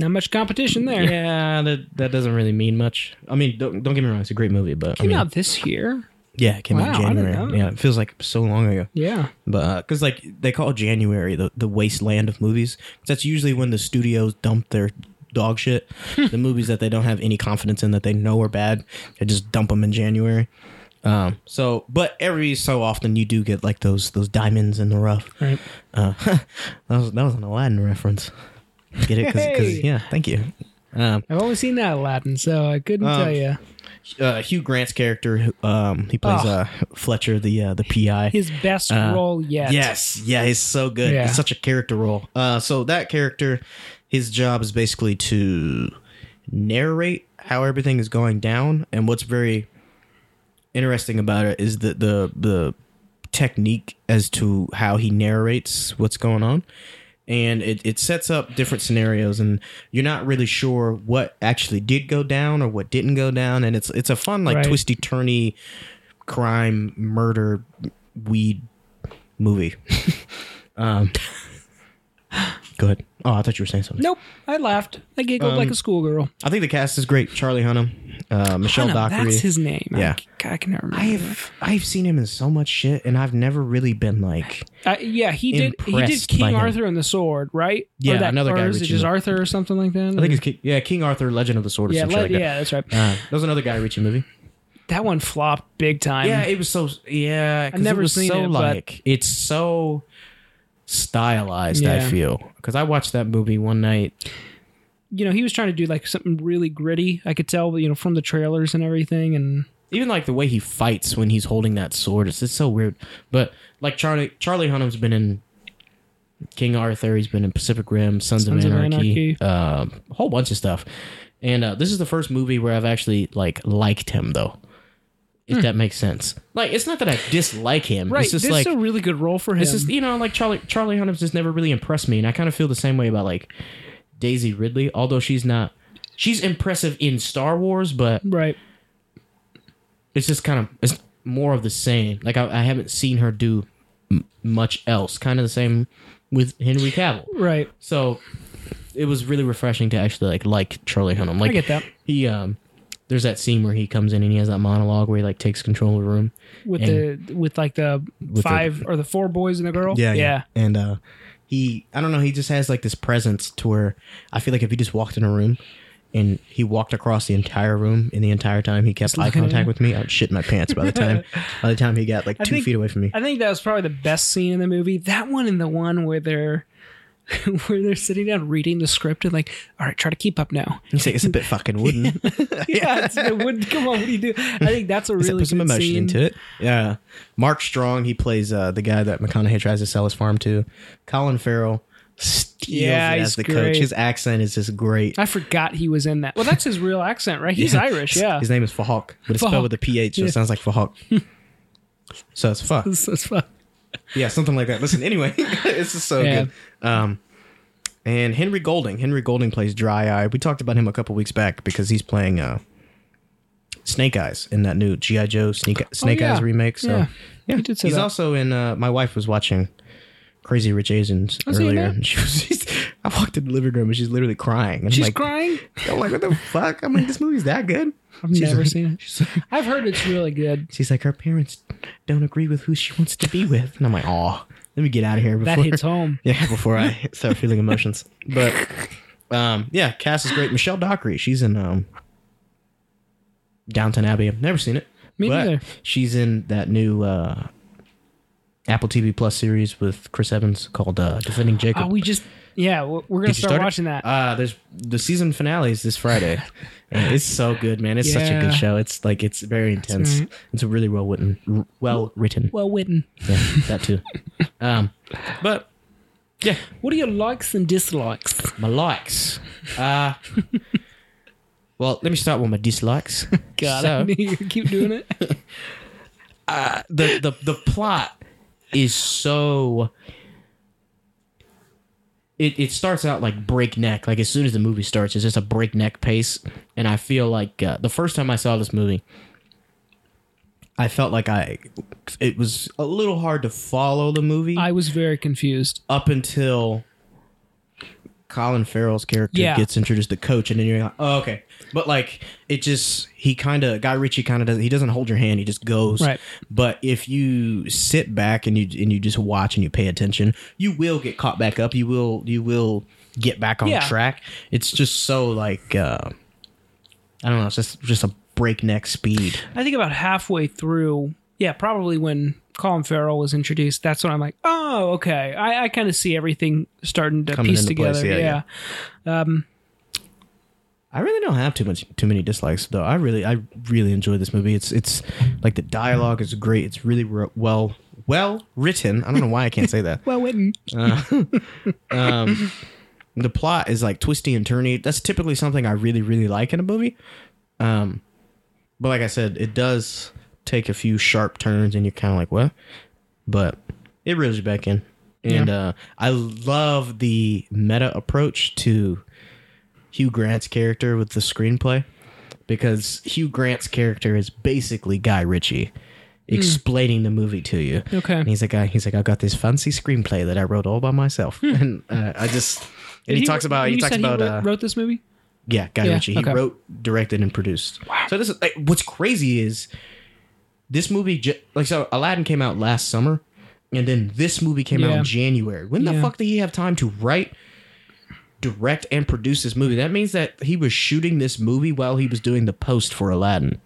S2: Not much competition there.
S1: yeah, that that doesn't really mean much. I mean, don't, don't get me wrong, it's a great movie, but I
S2: Came
S1: mean,
S2: out this year.
S1: yeah, it came out in
S2: Wow, I didn't know.
S1: January. Yeah, it feels like so long ago.
S2: Yeah.
S1: But because like they call January the the wasteland of movies, 'Cause that's usually when the studios dump their dog shit, the movies that they don't have any confidence in that they know are bad, they just dump them in January. Um, so, but every so often you do get like those those diamonds in the rough.
S2: Right.
S1: Uh, that was that was an Aladdin reference. Get it? Because
S2: Hey!
S1: yeah, thank you. Um,
S2: I've only seen that Aladdin, so I couldn't
S1: Um,
S2: tell you.
S1: uh, Hugh Grant's character, um, he plays
S2: Oh.
S1: uh, Fletcher, the uh, the PI.
S2: His best
S1: uh,
S2: role yet.
S1: Yes, yeah, he's so good.
S2: Yeah.
S1: It's such a character role. Uh, so that character, his job is basically to narrate how everything is going down, and what's very interesting about it is that the the technique as to how he narrates what's going on. And it, it sets up different scenarios and you're not really sure what actually did go down or what didn't go down. And it's it's a fun like
S2: Right.
S1: twisty turny crime murder weed movie. um Go ahead. Oh, I thought you were saying something.
S2: Nope. I laughed. I giggled
S1: Um,
S2: like a schoolgirl.
S1: I think the cast is great. Charlie Hunnam, uh, Michelle
S2: Hunnam,
S1: Dockery.
S2: That's his name.
S1: Yeah.
S2: I, I can never remember.
S1: I've I've seen him in so much shit, and I've never really been like
S2: Uh, yeah, he did. He did
S1: Impressed by
S2: King
S1: him.
S2: Arthur and the Sword, right?
S1: Yeah,
S2: or that,
S1: another
S2: or
S1: guy
S2: Is it
S1: reaching
S2: just
S1: up.
S2: Arthur or something like that?
S1: I think it's King, yeah King Arthur, Legend of the Sword, or
S2: yeah,
S1: something
S2: le-
S1: like
S2: yeah, that's right.
S1: that. Uh, that was another Guy Ritchie movie.
S2: that one flopped big time.
S1: yeah, it was so yeah. 'cause
S2: never
S1: it was
S2: seen
S1: so
S2: it, but-
S1: like it's so stylized. I
S2: Yeah.
S1: feel because I watched that movie one night.
S2: you know, he was trying to do like something really gritty. I could tell, you know, from the trailers and everything. And
S1: Even like the way he fights when he's holding that sword, it's, it's so weird. But like Charlie Charlie Hunnam's been in King Arthur, he's been in Pacific Rim, Sons,
S2: Sons
S1: of
S2: of
S1: Anarchy,
S2: Anarchy.
S1: um, a whole bunch of stuff. And uh, this is the first movie where I've actually like liked him though. If that makes sense. Like it's not that I dislike him.
S2: Hmm. right,
S1: It's just
S2: this
S1: like
S2: is a really good role for him.
S1: it's just you know like Charlie Charlie Hunnam's just never really impressed me, and I kind of feel the same way about like Daisy Ridley, although she's not. She's impressive in Star Wars, but
S2: right.
S1: it's just kind of it's more of the same. Like I, I haven't seen her do m- much else. Kind of the same with Henry Cavill.
S2: Right.
S1: So it was really refreshing to actually like like Charlie Hunnam. Like
S2: I get that.
S1: he um there's that scene where he comes in and he has that monologue where he like takes control of the room
S2: with the with like the
S1: the-
S2: five or the four boys and a girl.
S1: Yeah,
S2: yeah.
S1: And uh, he, I don't know, he just has like this presence to where I feel like if he just walked in a room and he walked across the entire room in the entire time he kept eye
S2: looking at
S1: contact
S2: him.
S1: with me, I'd shit my pants by the time by the time he got like
S2: I
S1: two
S2: think-
S1: feet away from me.
S2: I think that was probably the best scene in the movie. That one and the one where they're where they're sitting down reading the script and like, all right, try to keep up now.
S1: He's like, it's a bit fucking wooden.
S2: yeah, it's, it would come on. What do you do? I think that's a
S1: He's like,
S2: really
S1: put some
S2: good
S1: emotion
S2: scene.
S1: into it. Yeah. Mark Strong, he plays uh, the guy that McConaughey tries to sell his farm to. Colin Farrell steals
S2: Yeah,
S1: it
S2: he's
S1: as the
S2: great.
S1: coach. His accent is just great.
S2: I forgot he was in that. Well, that's his real accent, right? He's Irish. Yeah,
S1: His name is Fahawk, but it's spelled
S2: Fahawk.
S1: with a PH, so
S2: Yeah.
S1: it sounds like Fahawk. so it's fuck.
S2: That's- that's fu-
S1: Yeah, something like that. Listen, anyway, this is so
S2: Yeah.
S1: good. Um, and Henry Golding. Henry Golding plays Dry Eye. We talked about him a couple weeks back because he's playing uh, Snake Eyes in that new G.I. Joe Snake, Snake
S2: Oh, yeah.
S1: Eyes remake. So,
S2: Yeah.
S1: yeah,
S2: You did say
S1: he's
S2: that.
S1: also in. Uh, my wife was watching Crazy Rich Asians
S2: Oh, he in
S1: earlier,
S2: that?
S1: and she was. She's, I walked in the living room and she's literally crying. And
S2: She's
S1: I'm like,
S2: crying.
S1: I'm like, what the fuck? I'm like, this movie's that good.
S2: I've
S1: She's
S2: never
S1: like-
S2: seen it.
S1: She's like,
S2: I've heard it's really good.
S1: She's like, her parents don't agree with who she wants to be with. And I'm like, oh, let me get out of here before
S2: That hits home.
S1: Yeah, before I start feeling emotions. But um, yeah, Cass is great. Michelle Dockery, she's in um Downton Abbey. I've never seen it.
S2: Me
S1: but
S2: neither.
S1: She's in that new uh Apple TV Plus series with Chris Evans called uh, Defending Jacob.
S2: Oh, we just yeah, we're we're gonna
S1: Did you
S2: start
S1: start it?
S2: watching that.
S1: Uh, there's the season finale is this Friday. And it's so good, man. It's such a
S2: Yeah.
S1: good show. It's like it's very intense.
S2: right.
S1: It's really well written, well written.
S2: well, Witten,
S1: Yeah, that too. Um, but yeah,
S2: what are your likes and dislikes?
S1: my likes. Uh, well, let me start with my dislikes.
S2: God,
S1: So-
S2: I knew you would keep doing it.
S1: the the the plot is so it, it starts out like breakneck like as soon as the movie starts it's just a breakneck pace and i feel like uh, the first time i saw this movie i felt like i it was a little hard to follow the movie
S2: I was very confused.
S1: up until Colin Farrell's character
S2: Yeah.
S1: gets introduced to Coach, and then you're like, oh, okay. But like, it just he kind of Guy Ritchie kind of doesn't he doesn't hold your hand, he just goes.
S2: Right.
S1: But if you sit back and you and you just watch and you pay attention, you will get caught back up. You will you will get back on
S2: Yeah.
S1: track. It's just so like uh, I don't know. It's just just a breakneck speed.
S2: I think about halfway through, yeah, probably when Colin Farrell was introduced, that's when I'm like, oh, okay. I, I kind of see everything starting to
S1: Coming
S2: piece
S1: into
S2: together.
S1: place,
S2: yeah,
S1: yeah, I really don't have too much too many dislikes though. I really I really enjoy this movie. It's it's like the dialogue is great. It's really re- well well written. I don't know why I can't say that.
S2: Well, Witten.
S1: The plot is like twisty and turny. That's typically something I really really like in a movie. Um but like I said, it does take a few sharp turns and you're kind of like, "What?" But it reels you back in. And uh I love the meta approach to Hugh Grant's character with the screenplay because Hugh Grant's character is basically Guy Ritchie explaining the movie to you.
S2: Hmm. Okay.
S1: And he's like, I, he's like, I've got this fancy screenplay that I wrote all by myself, and uh, I just and he, talks about he
S2: Hmm. you
S1: talks
S2: said
S1: about
S2: he
S1: uh,
S2: wrote, wrote this movie.
S1: yeah, Guy
S2: Yeah,
S1: Ritchie. He
S2: okay.
S1: wrote, directed, and produced. So this is like, what's crazy is this movie. Ju- like so, Aladdin came out last summer, and then this movie came out
S2: Yeah.
S1: in January. When the
S2: Yeah.
S1: fuck did he have time to write, direct, and produce this movie? That means that he was shooting this movie while he was doing the post for Aladdin.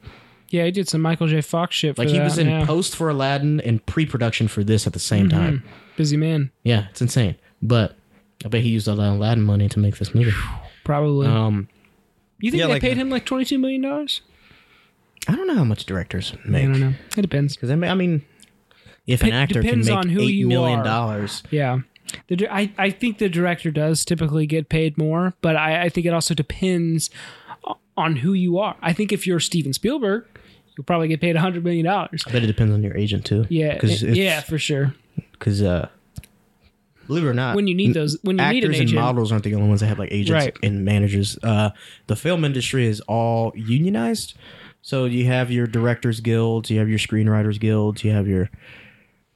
S2: Yeah, he did some Michael J. Fox shit. For
S1: Like he
S2: that,
S1: was in
S2: yeah. Mm-hmm.
S1: post for Aladdin and pre-production for this at the same time.
S2: busy man,
S1: Yeah, it's insane. But I bet he used all that Aladdin money to make this movie.
S2: probably.
S1: Um,
S2: you think
S1: yeah,
S2: they
S1: like-
S2: paid him like twenty two million dollars?
S1: I don't know how much directors
S2: I
S1: make.
S2: don't know. It depends.
S1: Because I mean, I mean, if an
S2: It
S1: actor can
S2: depends
S1: make
S2: on who
S1: eight
S2: you
S1: million
S2: are.
S1: dollars,
S2: Yeah. The, dir- I, I think the director does typically get paid more, but I, I think it also depends o- on who you are. I think if you're Steven Spielberg, you'll probably get paid $100 million.
S1: I bet it depends on your agent too.
S2: Yeah.
S1: because
S2: yeah, for sure.
S1: because uh, believe it or not,
S2: When you need those, when you need
S1: actors
S2: an
S1: and
S2: agent.
S1: models aren't the only ones that have like agents
S2: Right.
S1: and managers. Uh, the film industry is all unionized, so you have your directors guilds, you have your screenwriters guilds, you have your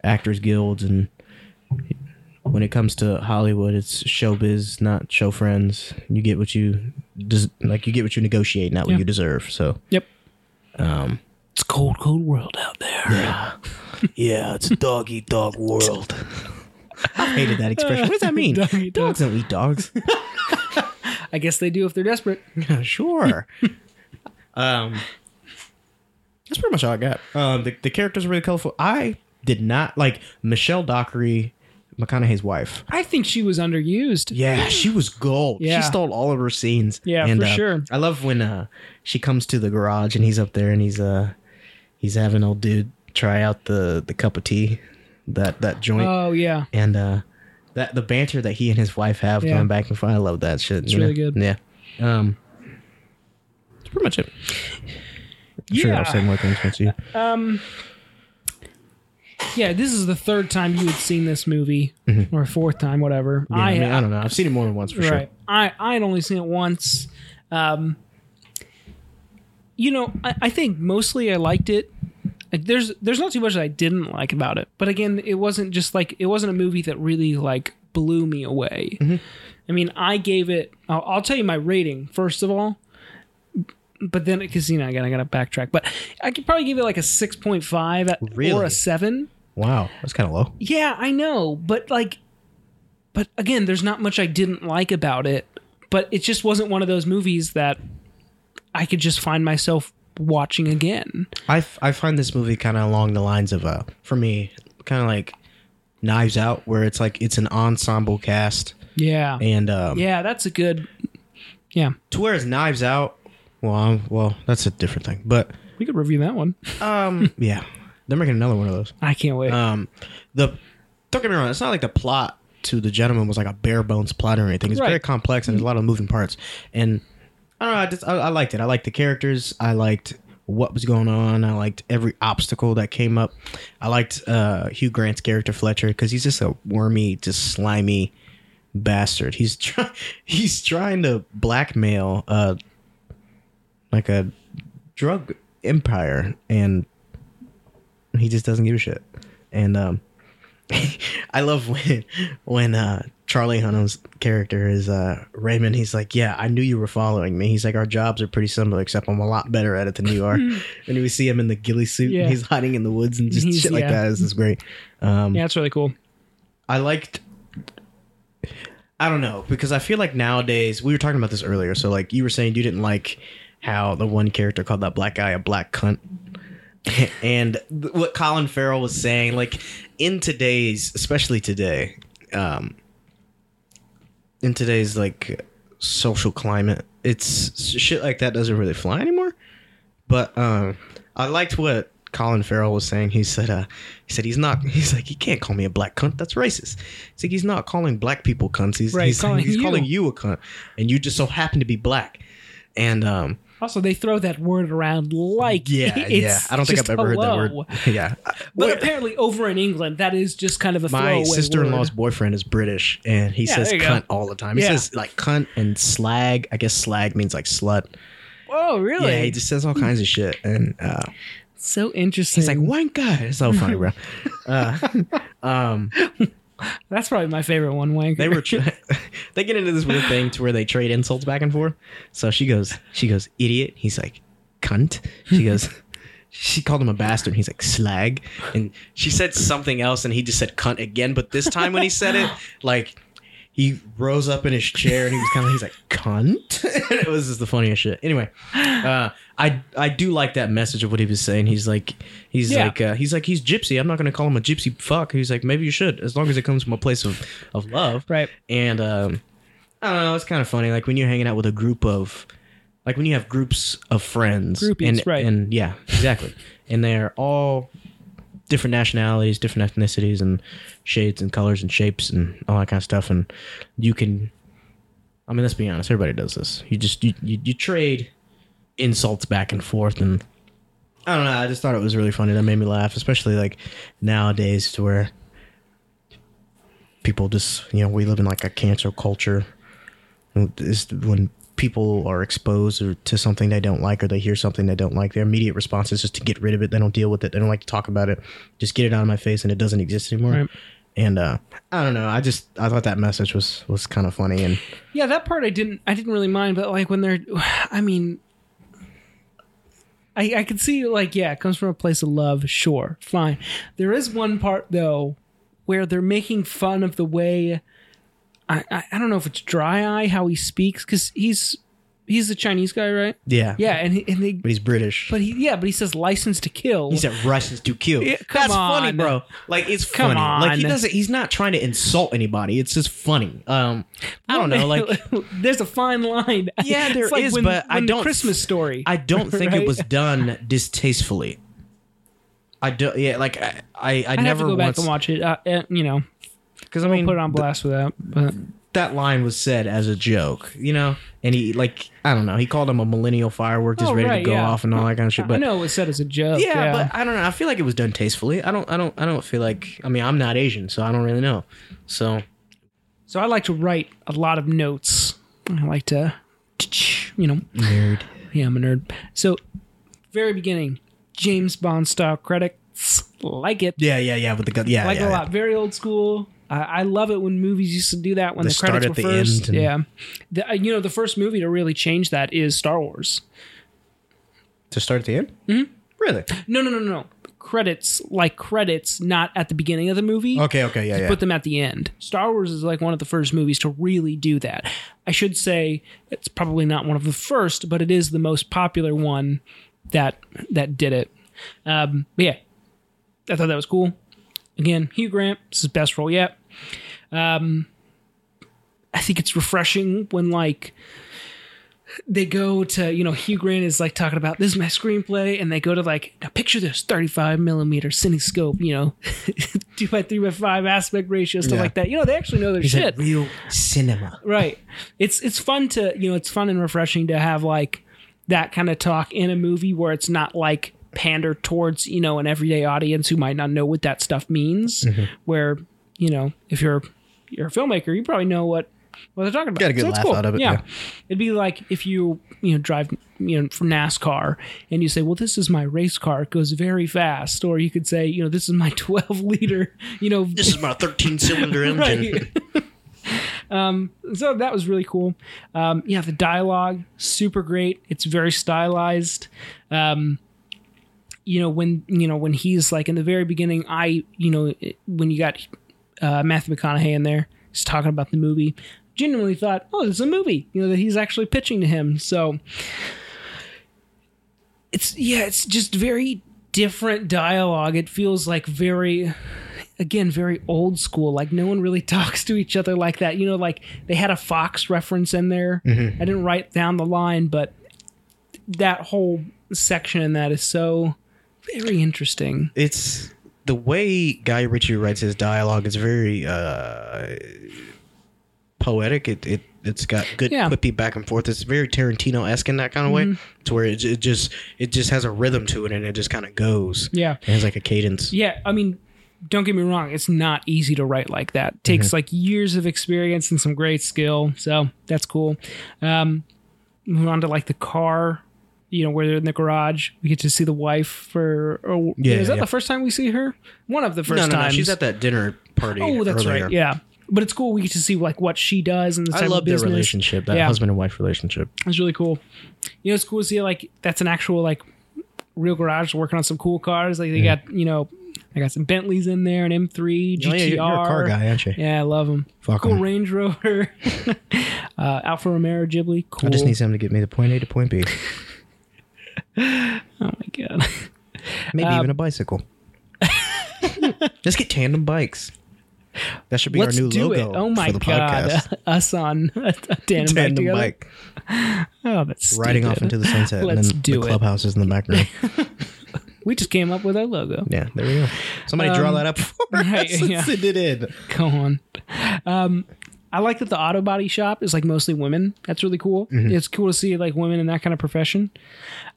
S1: actors guilds, and when it comes to Hollywood, it's showbiz, not show friends. You get what you des- like you get what you negotiate, not what
S2: Yeah.
S1: you deserve. So
S2: Yep.
S1: um,
S2: It's a cold, cold world out there.
S1: yeah, it's a dog eat dog world. I hated that expression. What does that mean?
S2: Dog eat dog.
S1: dogs don't eat dogs.
S2: I guess they do if they're desperate.
S1: sure. um, that's pretty much all I got. Um, the, the characters are really colorful. I did not like Michelle Dockery, McConaughey's wife.
S2: I think she was underused.
S1: Yeah, she was gold.
S2: Yeah.
S1: She stole all of her scenes.
S2: Yeah,
S1: And,
S2: for
S1: uh,
S2: sure.
S1: I love when uh, she comes to the garage and he's up there and he's uh he's having old dude try out the the cup of tea, that that joint,
S2: Oh yeah.
S1: and uh that the banter that he and his wife have
S2: Yeah.
S1: going back and forth. I love that shit. It's
S2: really good.
S1: Yeah. Um, that's pretty much it. I'm sure
S2: Yeah.
S1: I've said more things once you.
S2: Yeah, this is the third time you had seen this movie, or fourth time, whatever.
S1: Mm-hmm. Yeah, I, mean, I don't know. I've seen it more than once for sure.
S2: right. I I had only seen it once. Um, you know, I, I think mostly I liked it. Like, There's there's not too much that I didn't like about it, but again, it wasn't just like it wasn't a movie that really like blew me away.
S1: Mm-hmm.
S2: I mean, I gave it. I'll, I'll tell you my rating first of all, but then because you know again I gotta backtrack, but I could probably give it like a six point five or
S1: Really?
S2: a seven.
S1: Wow, that's kind of low.
S2: Yeah, I know, but like, but again, there's not much I didn't like about it. But it just wasn't one of those movies that I could just find myself watching again.
S1: I, f- I find this movie kind of along the lines of uh for me kind of like Knives Out where it's like it's an ensemble cast
S2: Yeah,
S1: and um
S2: yeah, that's a good. Yeah,
S1: to whereas Knives Out well I'm, well that's a different thing but
S2: we could review that one.
S1: um yeah they're making another one of those
S2: I can't wait.
S1: um the don't get me wrong it's not like the plot to the gentleman was like a bare bones plot or anything it's
S2: Right.
S1: very complex and there's a lot of moving parts and I don't know I just I, I liked it I liked the characters I liked what was going on I liked every obstacle that came up I liked uh Hugh Grant's character Fletcher because he's just a wormy just slimy bastard he's try- he's trying to blackmail uh like a drug empire and he just doesn't give a shit and um I love when when uh Charlie Hunnam's character is uh Raymond he's like yeah I knew you were following me he's like our jobs are pretty similar except I'm a lot better at it than you are and we see him in the ghillie suit
S2: Yeah.
S1: and he's hiding in the woods and just
S2: He's-
S1: shit like
S2: yeah.
S1: that is is great um
S2: yeah, that's really cool.
S1: I liked. I don't know because I feel like nowadays we were talking about this earlier. So like you were saying, you didn't like how the one character called that black guy a black cunt, and th- what Colin Farrell was saying, like in today's, especially today, um, in today's like social climate, it's shit like that doesn't really fly anymore. But um, I liked what Colin Farrell was saying. He said, uh, he said he's not. He's like, you can't call me a black cunt. That's racist. He's like, he's not calling black people cunts. He's
S2: Right,
S1: he's calling,
S2: calling
S1: he's
S2: you.
S1: calling you a cunt, and you just so happen to be black. And um,
S2: Also, they throw that word around like
S1: yeah,
S2: it's
S1: yeah. I don't think I've
S2: just
S1: ever
S2: hello.
S1: heard that word. Yeah,
S2: But
S1: Well,
S2: apparently, over in England, that is just kind of a
S1: my
S2: throwaway
S1: sister-in-law's
S2: word.
S1: boyfriend is British, and he
S2: Yeah,
S1: says
S2: there you go.
S1: cunt all the time. He
S2: Yeah.
S1: says like cunt and slag. I guess slag means like slut.
S2: Oh, really?
S1: Yeah, he just says all kinds of shit, and uh,
S2: so interesting.
S1: he's like one guy. It's so funny, bro. Uh, um,
S2: that's probably my favorite one. Wanker.
S1: they were tra- they get into this weird thing to where they trade insults back and forth. So she goes, she goes, idiot. He's like, cunt. She goes, she called him a bastard. He's like, slag. And she said something else, and he just said cunt again. But this time when he said it, like. He rose up in his chair and he was kind of he's like cunt. and it was just the funniest shit. Anyway, uh, I I do like that message of what he was saying. He's like he's
S2: Yeah.
S1: like uh, he's like he's gypsy. I'm not gonna call him a gypsy fuck. He's like maybe you should as long as it comes from a place of of love
S2: right.
S1: and um, I don't know. It's kind of funny. Like when you're hanging out with a group of, like when you have groups of friends,
S2: Groupies,
S1: and,
S2: right.
S1: And yeah, exactly. and they're all different nationalities, different ethnicities, and shades and colors and shapes and all that kind of stuff. And you can, I mean, let's be honest. Everybody does this. You just you you, you trade insults back and forth and. I don't know. I just thought it was really funny. That made me laugh, especially like nowadays, to where people just you know we live in like a cancel culture is when people are exposed or to something they don't like or they hear something they don't like their immediate response is just to get rid of it they don't deal with it they don't like to talk about it just get it out of my face and it doesn't exist anymore
S2: Right.
S1: And uh, I don't know. I just I thought that message was was kind of funny. And
S2: Yeah, that part I didn't I didn't really mind, but like when they're I mean I I could see like yeah, it comes from a place of love, sure. Fine. There is one part though where they're making fun of the way I I, I don't know if it's dry eye how he speaks cuz he's he's a Chinese guy, right?
S1: yeah,
S2: Yeah, and he, and they
S1: But he's British.
S2: but he yeah, but he says license to kill.
S1: He said Russians do kill.
S2: Yeah, come
S1: That's funny,
S2: on.
S1: bro. Like it's
S2: Come
S1: funny. Like he
S2: on.
S1: doesn't. He's not trying to insult anybody. It's just funny. Um, I don't know. Like
S2: there's a fine line.
S1: Yeah, there
S2: there is,
S1: is, but I
S2: the
S1: don't-
S2: Christmas story.
S1: I don't think it
S2: Right?
S1: was done distastefully. I don't. Yeah, like I I, I
S2: I'd
S1: never
S2: have to go back
S1: once
S2: and watch it. Uh, uh, you know,
S1: because I mean
S2: put it on blast for that. But
S1: that line was said as a joke, you know. And he like I don't know. He called him a millennial firework, just
S2: Oh,
S1: ready
S2: right,
S1: to go
S2: yeah.
S1: off and all that kind of shit.
S2: I
S1: But
S2: know it was said as a joke.
S1: yeah,
S2: Yeah,
S1: but I don't know. I feel like it was done tastefully. I don't. I don't. I don't feel like. I mean, I'm not Asian, so I don't really know. So
S2: so I like to write a lot of notes. I like to, you know,
S1: nerd.
S2: yeah, I'm a nerd. So very beginning, James Bond style credits, like it,
S1: Yeah, yeah, yeah. With the gun. Yeah,
S2: like it
S1: yeah,
S2: a
S1: yeah.
S2: lot. Very old school. I, I love it when movies used to do that when
S1: The
S2: the,
S1: start
S2: credits
S1: at
S2: were
S1: the end
S2: first.
S1: and-
S2: yeah, the, uh, you know, the first movie to really change that is Star Wars.
S1: To start at the end. Mm-hmm. Really?
S2: No, no, no, no. no. Credits like credits, not at the beginning of the movie.
S1: Okay. Okay. Yeah. Yeah.
S2: put them at the end. Star Wars is like one of the first movies to really do that. I should say it's probably not one of the first, but it is the most popular one that that did it. Um, but yeah, I thought that was cool. Again, Hugh Grant, this is his best role yet. Um, I think it's refreshing when like they go to you know Hugh Grant is like talking about this is my screenplay, and they go to like now picture this thirty-five millimeter cinescope, you know, two by three by five aspect ratio stuff
S1: Yeah.
S2: like that. You know, they actually know their
S1: Is
S2: shit
S1: that real cinema?
S2: right it's it's fun to you know it's fun and refreshing to have like that kind of talk in a movie where it's not like pander towards you know an everyday audience who might not know what that stuff means
S1: Mm-hmm.
S2: where you know if you're you're a filmmaker you probably know what what they're talking about
S1: Got a good
S2: it's
S1: laugh out of it, yeah.
S2: it'd be like if you you know drive you know from nascar and you say well this is my race car it goes very fast or you could say you know this is my 12 liter you know
S1: This is my 13 cylinder engine.
S2: Right. um, so that was really cool. Um, yeah, the dialogue super great. It's very stylized. Um, you know when you know when he's like in the very beginning, I you know it- when you got uh, Matthew McConaughey in there, he's talking about the movie. Genuinely thought, oh, it's a movie. You know that he's actually pitching to him. So it's yeah, it's just very different dialogue. It feels like very again very old school like no one really talks to each other like that you know like they had a fox reference in there i didn't write down the line but that whole section in that is so very interesting
S1: It's the way Guy Ritchie writes his dialogue is very uh, poetic. It, it it's got good
S2: Yeah. Mm-hmm.
S1: quippy back and forth. It's very Tarantino esque in that kind of way. To where it, it just it just has a rhythm to it and it just kind of goes.
S2: yeah
S1: It has like a cadence.
S2: yeah i mean don't get me wrong it's not easy to write like that It takes
S1: Mm-hmm.
S2: like years of experience and some great skill so that's cool um move on to like the car you know where they're in the garage we get to see the wife for or
S1: Yeah,
S2: is that
S1: yeah.
S2: the first time we see her one of the first
S1: no, no,
S2: times
S1: no. She's at that dinner party.
S2: Oh, that's
S1: earlier.
S2: right. Yeah. But it's cool. We get to see like what she does and the type
S1: I love
S2: of
S1: their
S2: business.
S1: relationship, that
S2: Yeah.
S1: husband and wife relationship.
S2: It's really cool. You know, it's cool to see like that's an actual like real garage working on some cool cars. Like they got you know, they got some Bentleys in there, an M3, GTR.
S1: Oh, yeah, you're, you're a car guy, aren't you?
S2: Yeah, I love them.
S1: Fuck
S2: Cool
S1: 'em.
S2: Range Rover, uh, Alfa Romeo Ghibli. Cool.
S1: I just need something to get me to point A to point B.
S2: oh my god.
S1: Maybe
S2: Um,
S1: even a bicycle. Let's get tandem bikes. That should be our
S2: Let's
S1: new
S2: do
S1: logo
S2: it. Oh my
S1: for the
S2: god.
S1: podcast.
S2: Us on a tandem, bike
S1: Tandem
S2: together.
S1: bike,
S2: Oh, that's
S1: riding off
S2: stupid.
S1: into the sunset, and
S2: Let's
S1: then
S2: do
S1: the
S2: it.
S1: clubhouse is in the background.
S2: We just came up with our logo.
S1: yeah, there we go. Somebody draw that up for
S2: Um, right,
S1: us.
S2: yeah.
S1: and Send it in.
S2: Go on. Um, I like that the auto body shop is like mostly women. That's really cool.
S1: Mm-hmm.
S2: It's cool to see like women in that kind of profession.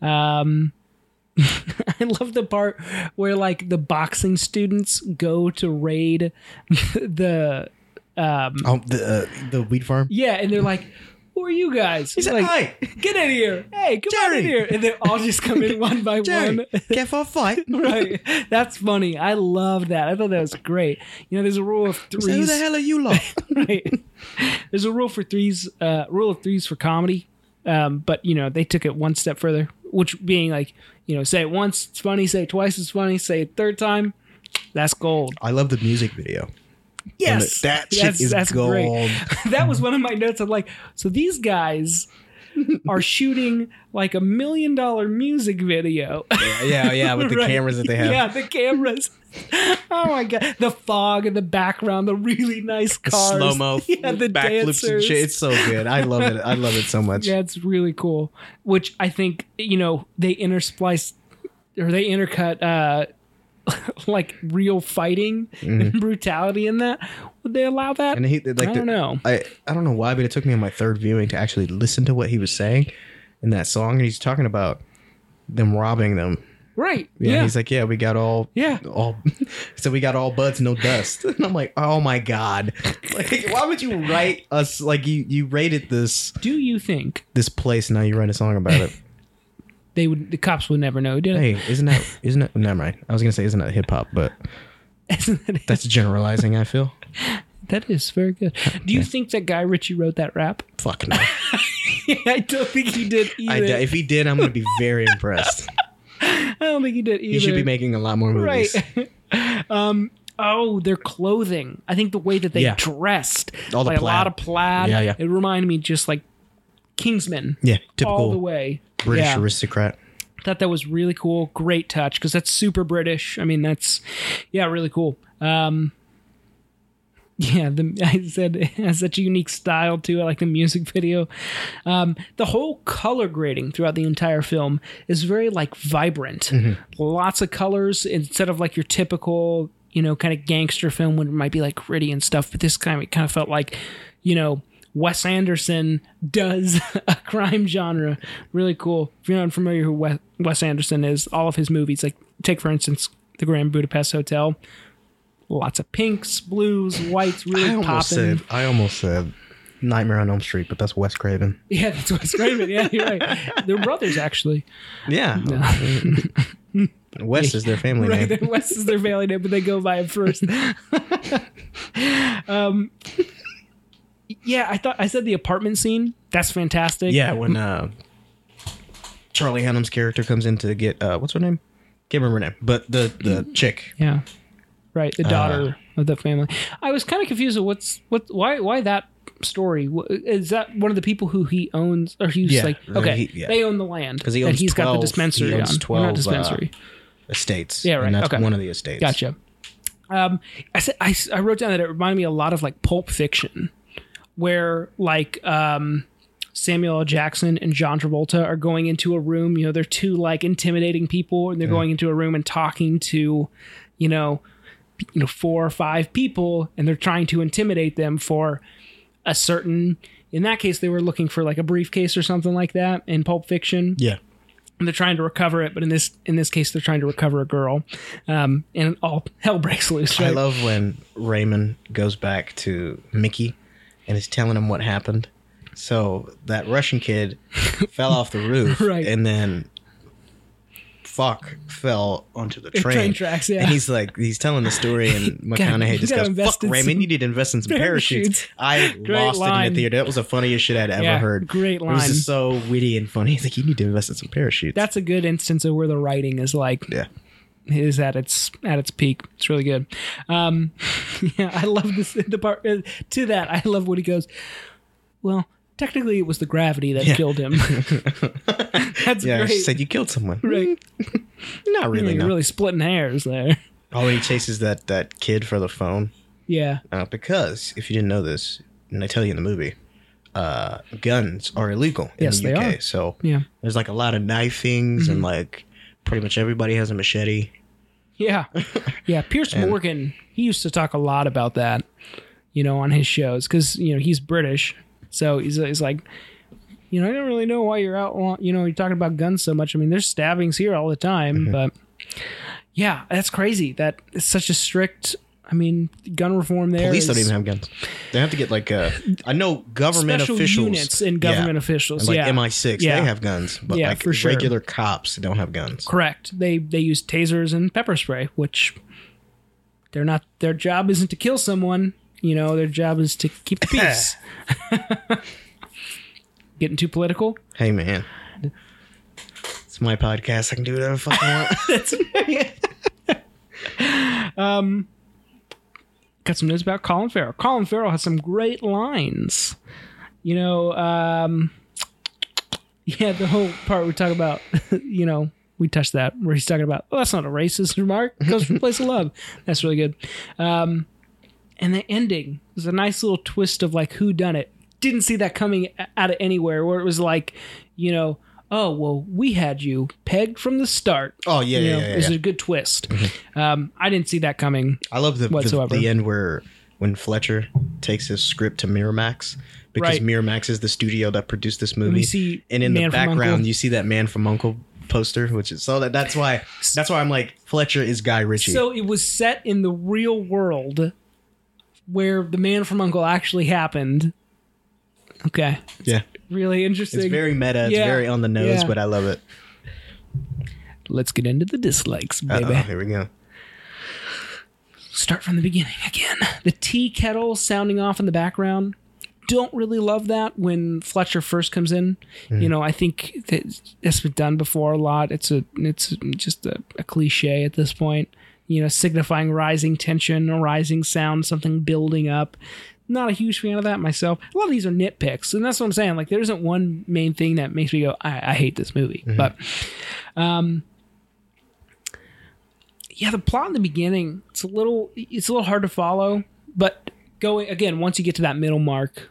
S2: Um, I love the part where like the boxing students go to raid the
S1: Oh, the uh, the weed farm.
S2: yeah, and they're like. who are you guys?
S1: He's like, hey,
S2: get in here. Hey, come on
S1: Jerry.
S2: in here. And they all just come in one by
S1: Jerry,
S2: one.
S1: get for a fight.
S2: right. That's funny. I love that. I thought that was great. You know, there's a rule of
S1: So who
S2: threes.
S1: the hell are you lot?
S2: right. There's a rule for threes, uh, rule of threes for comedy. Um, but you know, they took it one step further, which being like, you know, say it once, it's funny, say it twice, it's funny, say it third time, that's gold.
S1: I love the music video.
S2: Yes.
S1: That shit
S2: That's-
S1: is
S2: that's
S1: gold.
S2: great. that was one of my notes. I'm like, so these guys are shooting like a million dollar music video.
S1: Yeah, yeah, with the
S2: Right.
S1: cameras that they have.
S2: Yeah, the cameras. oh my god, the fog in the background, the really nice cars,
S1: Slow mo,
S2: yeah, the
S1: backflips and
S2: dancers.
S1: shit. It's so good. I love it. I love it so much.
S2: Yeah, it's really cool. Which I think you know they intersplice or they intercut uh like real fighting and brutality in that. Would they allow that?
S1: Mm-hmm. And he like
S2: I
S1: the-
S2: don't know.
S1: I I don't know why, but it took me on my third viewing to actually listen to what he was saying in that song. And he's talking about them robbing them.
S2: Right?
S1: Yeah,
S2: Yeah.
S1: he's like, yeah, we got all,
S2: Yeah.
S1: all. So we got all buds, no dust. And I'm like, oh my god, like why would you write us like you you rated this
S2: Do you think
S1: this place? Now you write a song about it.
S2: they would? The cops would never know, did
S1: hey, isn't that isn't that? Never mind. I was gonna say isn't that hip hop, but
S2: Isn't that
S1: that's generalizing. I feel
S2: That is very good. Do you think that Guy Ritchie wrote that rap?
S1: fuck no.
S2: I don't think he did either.
S1: I,
S2: I,
S1: d- if he did, I'm gonna be very impressed.
S2: don't think he did either.
S1: He should be making a lot more movies.
S2: right. um. Oh, their clothing. I think the way that they
S1: Yeah.
S2: dressed,
S1: All the
S2: like a lot
S1: plaid.
S2: of plaid.
S1: Yeah, yeah.
S2: It reminded me just like Kingsman.
S1: Yeah, typical.
S2: all the way.
S1: British
S2: yeah.
S1: aristocrat.
S2: Thought that was really cool. Great touch because that's super British. I mean, that's yeah, really cool. Um, yeah, the, I said it has such a unique style to it, like the music video. Um, the whole color grading throughout the entire film is very like vibrant,
S1: Mm-hmm.
S2: lots of colors instead of like your typical you know kind of gangster film when it might be like gritty and stuff. But this time it kind of felt like you know Wes Anderson does a crime genre. Really cool. If you're not familiar who Wes, Wes Anderson is, all of his movies, like take for instance the Grand Budapest Hotel, lots of pinks, blues, whites,
S1: I
S2: really
S1: almost
S2: popping.
S1: said. I almost said. Nightmare on Elm Street, but that's Wes Craven.
S2: Yeah, that's Wes Craven. Yeah, you're right. They're brothers actually.
S1: Yeah, Wes is their family name.
S2: Right, their- Wes is their family name, but they go by him first. um, yeah, I thought I said the apartment scene. That's fantastic.
S1: Yeah, when uh, Charlie Hunnam's character comes in to get uh, what's her name? Can't remember her name, but the the
S2: Mm-hmm.
S1: chick.
S2: Yeah. Right, the daughter
S1: Uh,
S2: of the family. I was kind of confused of what's what why why that story Wh- is that one of the people who he owns or he's
S1: Yeah,
S2: like
S1: uh,
S2: okay
S1: he- yeah.
S2: they own the land
S1: 'Cause he
S2: and
S1: owns
S2: he's got the
S1: 12
S2: dispensary
S1: he owns
S2: on Or
S1: 12,
S2: not
S1: uh,
S2: dispensary
S1: Estates.
S2: Yeah, right,
S1: And that's
S2: okay.
S1: one of the estates.
S2: gotcha um I said I, s- I wrote down that it reminded me a lot of like Pulp Fiction where like um Samuel L. Jackson and John Travolta are going into a room. You know, they're two like intimidating people, and they're going into a room and talking to, you know, you know, four or five people, and they're trying to intimidate them for a certain. In that case, they were looking for like a briefcase or something like that in Pulp Fiction
S1: Yeah.
S2: and they're trying to recover it. But in this in this case, they're trying to recover a girl, um, and all hell breaks loose. Right?
S1: I love when Raymond goes back to Mickey and is telling him what happened. So that Russian kid fell off the roof
S2: Right.
S1: and then fuck fell onto the
S2: train
S1: train,
S2: tracks, yeah.
S1: And he's like he's telling the story and
S2: gotta- you
S1: McConaughey just
S2: gotta
S1: goes,
S2: invest
S1: Fuck
S2: in
S1: Raymond,
S2: some
S1: you need to invest in some parachutes.
S2: parachutes."
S1: I lost it in
S2: line.
S1: the theater. That was the funniest shit I'd ever
S2: Yeah,
S1: heard.
S2: great
S1: It
S2: line.
S1: was just so witty and funny. He's like, You need to invest in some parachutes.
S2: That's a good instance of where the writing is like
S1: yeah.
S2: is at its at its peak. It's really good. Um, yeah, I love this the part uh, to that. I love when he goes. Well, technically, it was the gravity that killed him. That's
S1: Yeah. She
S2: great.
S1: said you killed someone.
S2: Right.
S1: Not
S2: You're
S1: really, no.
S2: really splitting hairs there.
S1: Oh, he chases that that kid for the phone.
S2: Yeah.
S1: Uh, because if you didn't know this, and I tell you in the movie, uh, guns are illegal in
S2: Yes,
S1: the
S2: they
S1: UK.
S2: are. Mm-hmm.
S1: So
S2: Yeah.
S1: there's like a lot of knifings and like pretty much everybody has a machete.
S2: Yeah. Yeah. Pierce Morgan, he used to talk a lot about that, you know, on his shows because, you know, he's British. So he's, he's like, you know, I don't really know why you're out, long, you know, you're talking about guns so much. I mean, there's
S1: Mm-hmm.
S2: stabbings here all the time, but yeah, that's crazy. That it's such a strict I mean, gun reform there.
S1: Police
S2: is
S1: don't even have guns. They have to get like uh, I know government
S2: special
S1: officials
S2: units and government
S1: yeah,
S2: officials.
S1: and, like
S2: yeah,
S1: MI6,
S2: Yeah.
S1: they have guns, but
S2: Yeah,
S1: like
S2: for sure.
S1: regular cops don't have guns.
S2: correct. They they use tasers and pepper spray, which they're not. Their job isn't to kill someone. You know, their job is to keep the peace. Getting too political?
S1: Hey man, it's my podcast. I can do whatever the fuck I want.
S2: got some news about Colin Farrell. Colin Farrell has some great lines. You know, um, yeah, the whole part we talk about, you know, we touched that where he's talking about, oh, that's not a racist remark. It comes from a place of love. That's really good. Um, and the ending was a nice little twist of like who done it. Didn't see that coming a- out of anywhere. Where it was like, you know, oh well, we had you pegged from the start.
S1: Oh yeah,
S2: you
S1: yeah,
S2: know,
S1: yeah. yeah,
S2: it was
S1: yeah. Mm-hmm.
S2: a good twist. Um, I didn't see that coming.
S1: I love the, the
S2: Whatsoever.
S1: the end where when Fletcher takes his script to Miramax because
S2: Right.
S1: Miramax is the studio that produced this movie.
S2: we see
S1: and in
S2: Man
S1: the
S2: from Uncle.
S1: background you see that man from Uncle poster, which is so that that's why that's why I'm like Fletcher is Guy Ritchie.
S2: So it was set in the real world where the man from Uncle actually happened. Okay.
S1: yeah,
S2: Really interesting.
S1: it's very meta. It's
S2: Yeah.
S1: very on the nose,
S2: Yeah.
S1: but I love it.
S2: Let's get into the dislikes,
S1: Uh-oh,
S2: baby.
S1: Uh, oh, here we go.
S2: Start from the beginning again. The tea kettle sounding off in the background. Don't really love that when Fletcher first comes in. You know, I think that that's been done before a lot. It's a it's just a, a cliche at this point. You know, signifying rising tension, a rising sound, something building up. not a huge fan of that myself. A lot of these are nitpicks, and that's what I'm saying. Like, there isn't one main thing that makes me go, I, I hate this movie. But, um, yeah, the plot in the beginning it's a little it's a little hard to follow, but going again once you get to that middle mark,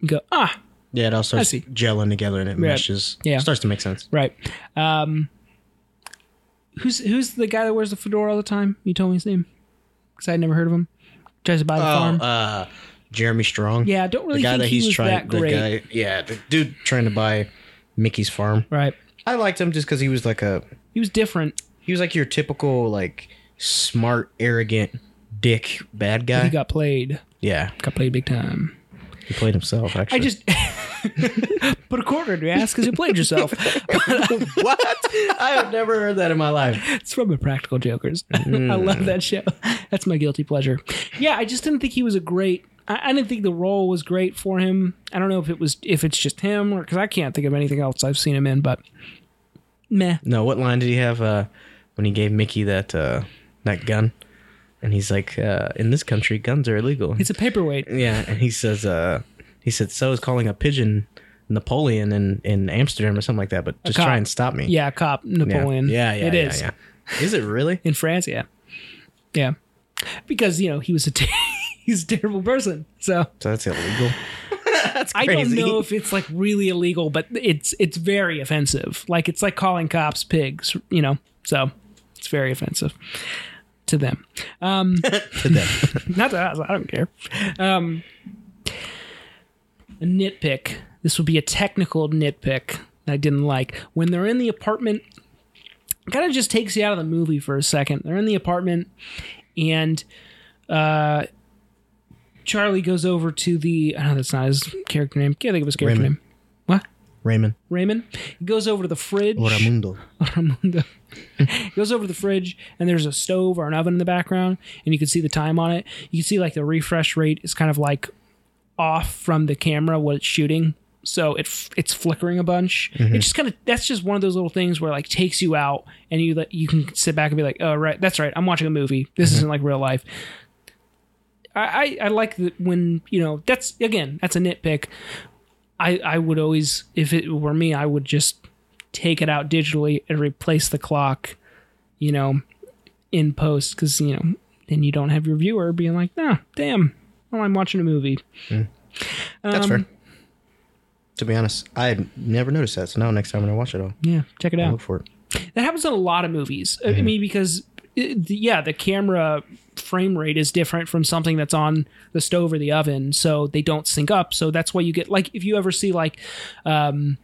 S2: you go ah
S1: Yeah, it all starts
S2: see.
S1: gelling together and it meshes.
S2: Yeah.
S1: starts to make sense.
S2: right. Um, who's who's the guy that wears the fedora all the time? You told me his name because I'd never heard of him. Tries to buy the farm.
S1: uh, Jeremy Strong.
S2: yeah, I don't really
S1: the guy
S2: think
S1: that
S2: he
S1: he's
S2: was
S1: trying.
S2: that
S1: The
S2: great.
S1: guy, yeah, the dude trying to buy Mickey's farm.
S2: Right,
S1: I liked him just because he was like a
S2: he was different.
S1: he was like your typical like smart, arrogant, dick bad
S2: He
S1: guy.
S2: got played.
S1: yeah,
S2: Got played big time.
S1: he played himself. Actually,
S2: I just put a quarter in your ass because you played yourself.
S1: what? I have never heard that in my life.
S2: it's from Impractical Jokers. I love
S1: Mm.
S2: that show. That's my guilty pleasure. Yeah, I just didn't think he was a great. I, I didn't think the role was great for him. I don't know if it was if it's just him or because I can't think of anything else I've seen him in. But meh.
S1: No, what line did he have uh, when he gave Mickey that uh, that gun? And he's like, uh, in this country, guns are illegal.
S2: It's a paperweight.
S1: yeah, and he says, uh, he said, so is calling a pigeon Napoleon in, in Amsterdam or something like that. But just
S2: cop.
S1: try and stop me.
S2: Yeah, cop
S1: yeah,
S2: Napoleon.
S1: yeah, yeah,
S2: it
S1: yeah,
S2: is.
S1: yeah. Is it really?
S2: in France. Yeah, yeah, because you know he was a ter- he's a terrible person. So
S1: So that's illegal. that's
S2: I
S1: crazy.
S2: don't know if it's like really illegal, but it's it's very offensive. Like it's like calling cops pigs, you know. So it's very offensive to them.
S1: To them.
S2: Not to us, I don't care. Um, a nitpick. This would be a technical nitpick that I didn't like. When they're in the apartment, it kind of just takes you out of the movie for a second. They're in the apartment, and uh, Charlie goes over to the. Oh, that's not his character name. Can't think of his character
S1: Raymond.
S2: name. What?
S1: Raymond.
S2: Raymond. He goes over to the fridge.
S1: Oramundo.
S2: Raimundo. He goes over to the fridge and there's a stove or an oven in the background and you can see the time on it. You can see like the refresh rate is kind of like off from the camera what it's shooting. So it f- it's flickering a bunch. It just kind of that's just one of those little things where like takes you out and you let you can sit back and be like, oh right, that's right, I'm watching a movie. This isn't like real life. I, I, I like that when you know that's again that's a nitpick. I I would always if it were me I would just take it out digitally and replace the clock, you know, in post because you know then you don't have your viewer being like, nah, damn, well I'm watching a movie.
S1: That's
S2: Um,
S1: fair. To be honest, I had never noticed that. So now next time when I watch it, I'll
S2: Yeah, check it out.
S1: look for it.
S2: That happens in a lot of movies. I mean, because it, yeah, the camera frame rate is different from something that's on the stove or the oven, so they don't sync up. So that's why you get like if you ever see like um,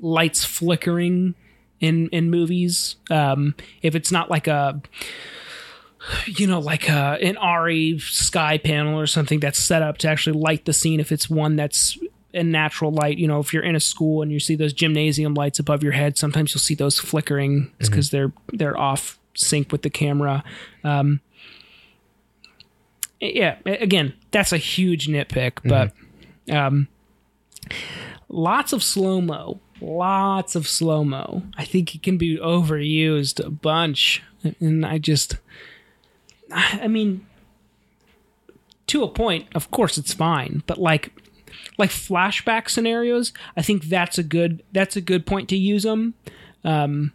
S2: lights flickering in in movies, um, if it's not like a you know, like uh, an RE sky panel or something that's set up to actually light the scene if it's one that's a natural light. You know, if you're in a school and you see those gymnasium lights above your head, sometimes you'll see those flickering because they're they're off sync with the camera. Um, yeah, a- again, that's a huge nitpick, but um, lots of slow mo. Lots of slow mo. I think it can be overused a bunch. And I just, I mean, to a point, of course it's fine, but like like flashback scenarios, I think that's a good that's a good point to use them. Um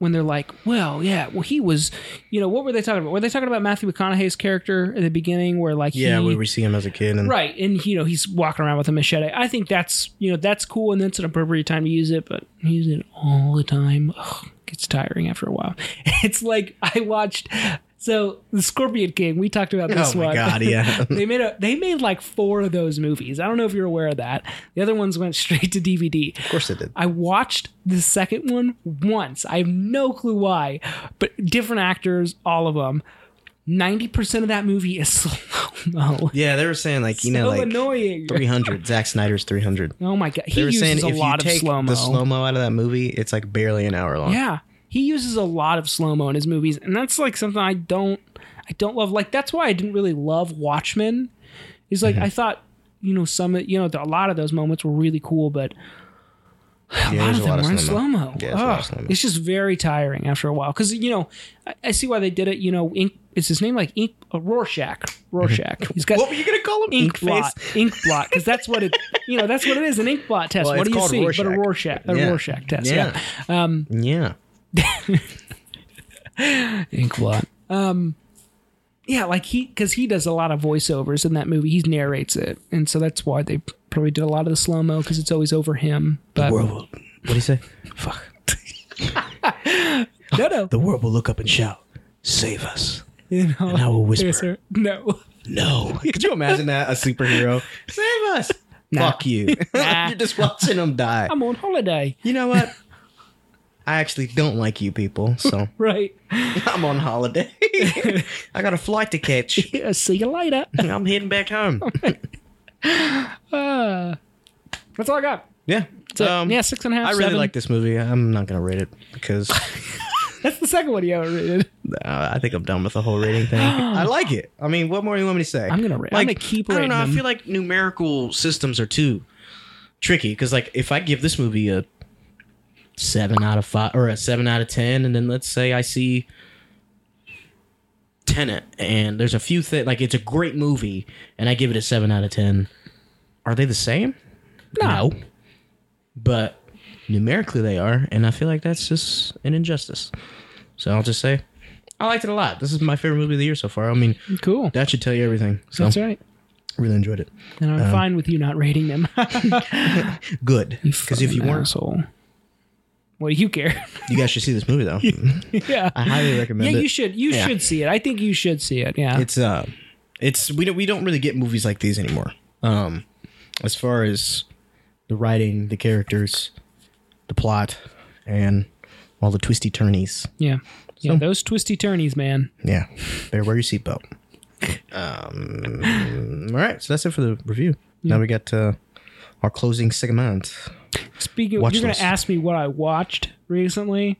S2: when they're like, well, yeah, well, he was, you know, what were they talking about? Were they talking about Matthew McConaughey's character at the beginning, where like,
S1: Yeah,
S2: he,
S1: we we see him as a kid, and
S2: right, and you know, he's walking around with a machete. I think that's you know that's cool, and that's an appropriate time to use it. But using it all the time ugh, gets tiring after a while. It's like I watched so the Scorpion King. We talked about
S1: oh
S2: this
S1: my
S2: one.
S1: god, yeah,
S2: They made a they made like four of those movies. I don't know if you're aware of that. The other ones went straight to DVD.
S1: of course it did.
S2: I watched the second one once. I have no clue why, but different actors, all of them. Ninety percent of that movie is slow mo.
S1: Yeah, they were saying like you know
S2: so
S1: like
S2: annoying.
S1: 300, Zack Snyder's 300.
S2: Oh my god, he
S1: They were saying
S2: uses
S1: if
S2: a
S1: you
S2: lot of
S1: take
S2: slow mo.
S1: the slow mo out of that movie, it's like barely an hour long.
S2: yeah, he uses a lot of slow mo in his movies, and that's like something I don't, I don't love. Like that's why I didn't really love Watchmen. He's
S1: Mm-hmm.
S2: like I thought, you know, some, you know, a lot of those moments were really cool, but a lot
S1: there's
S2: of them were in slow
S1: slow-mo.
S2: mo.
S1: Yeah, there's a lot of slow-mo.
S2: it's just very tiring after a while because you know I, I see why they did it. You know, ink, is his name like ink uh, Rorschach? Rorschach. He's got
S1: What were you gonna call him?
S2: ink
S1: Inkface?
S2: blot, ink blot, because that's what it, you know, that's what it is, an ink blot test.
S1: Well,
S2: what
S1: it's
S2: do you
S1: called
S2: see? But a Rorschach,
S1: Rorschach.
S2: a
S1: Yeah.
S2: Rorschach test. Yeah,
S1: Yeah. Yeah.
S2: ink blot. Um, yeah, like he, because he does a lot of voiceovers in that movie. He narrates it, and so that's why they probably did a lot of the slow mo because it's always over him. But
S1: world will. What do you say? Fuck.
S2: no, no,
S1: The world will look up and shout, "Save us!"
S2: you know,
S1: And I will whisper,
S2: yes, sir. no.
S1: "No." Could you imagine that? A superhero, save us. Fuck you.
S2: Nah.
S1: You're just watching them die.
S2: I'm on holiday,
S1: You know what? I actually don't like you people, so
S2: right?
S1: I'm on holiday. I got a flight to catch.
S2: Yeah, see you later.
S1: I'm heading back home.
S2: Uh, that's all I got.
S1: Yeah.
S2: So,
S1: um,
S2: yeah, six and a half.
S1: I really
S2: seven.
S1: like this movie. I'm not going to rate it because uh,
S2: That's the second one you haven't rated.
S1: I think I'm done with the whole rating thing. I like it. I mean, what more do you want me to say?
S2: I'm gonna ra- I'm gonna keep
S1: I don't
S2: rating
S1: know.
S2: them.
S1: I feel like numerical systems are too tricky because, like, if I give this movie a seven out of five or a seven out of ten, and then let's say I see Tenant, and there's a few things like it's a great movie, and I give it a seven out of ten. Are they the same?
S2: No.
S1: But numerically they are, and I feel like that's just an injustice. So I'll just say I liked it a lot. This is my favorite movie of the year so far. I mean,
S2: Cool.
S1: that should tell you everything. So
S2: That's right.
S1: really enjoyed it.
S2: And I'm fine with you not rating them.
S1: Good. Because if you
S2: Fucking
S1: weren't,
S2: asshole. What do you care?
S1: you guys should see this movie though.
S2: yeah.
S1: I highly
S2: yeah,
S1: recommend it.
S2: you should you
S1: Yeah.
S2: should see it. I think you should see it. Yeah.
S1: It's uh it's we don't we don't really get movies like these anymore. Um as far as the writing, the characters, the plot, and all the twisty turnies.
S2: yeah. Yeah, those twisty turnies, man.
S1: Yeah. Better wear your seatbelt. Um, all right. So that's it for the review. Now we got uh, our closing segment.
S2: Speaking of,
S1: Watch
S2: you're going
S1: list.
S2: to ask me what I watched recently.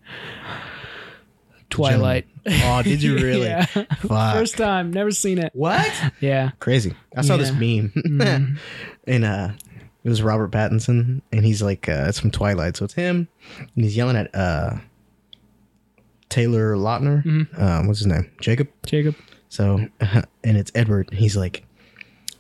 S2: Twilight.
S1: Oh, did you really?
S2: Yeah.
S1: Fuck.
S2: First time, never seen it.
S1: what?
S2: Yeah.
S1: Crazy. I saw this
S2: Yeah. Mm-hmm.
S1: meme. and uh, it was Robert Pattinson. And he's like, uh, it's from Twilight. So it's him. And he's yelling at uh, Taylor Lautner.
S2: Mm-hmm.
S1: Um, what's his name? Jacob?
S2: Jacob.
S1: So, and it's Edward. and He's like,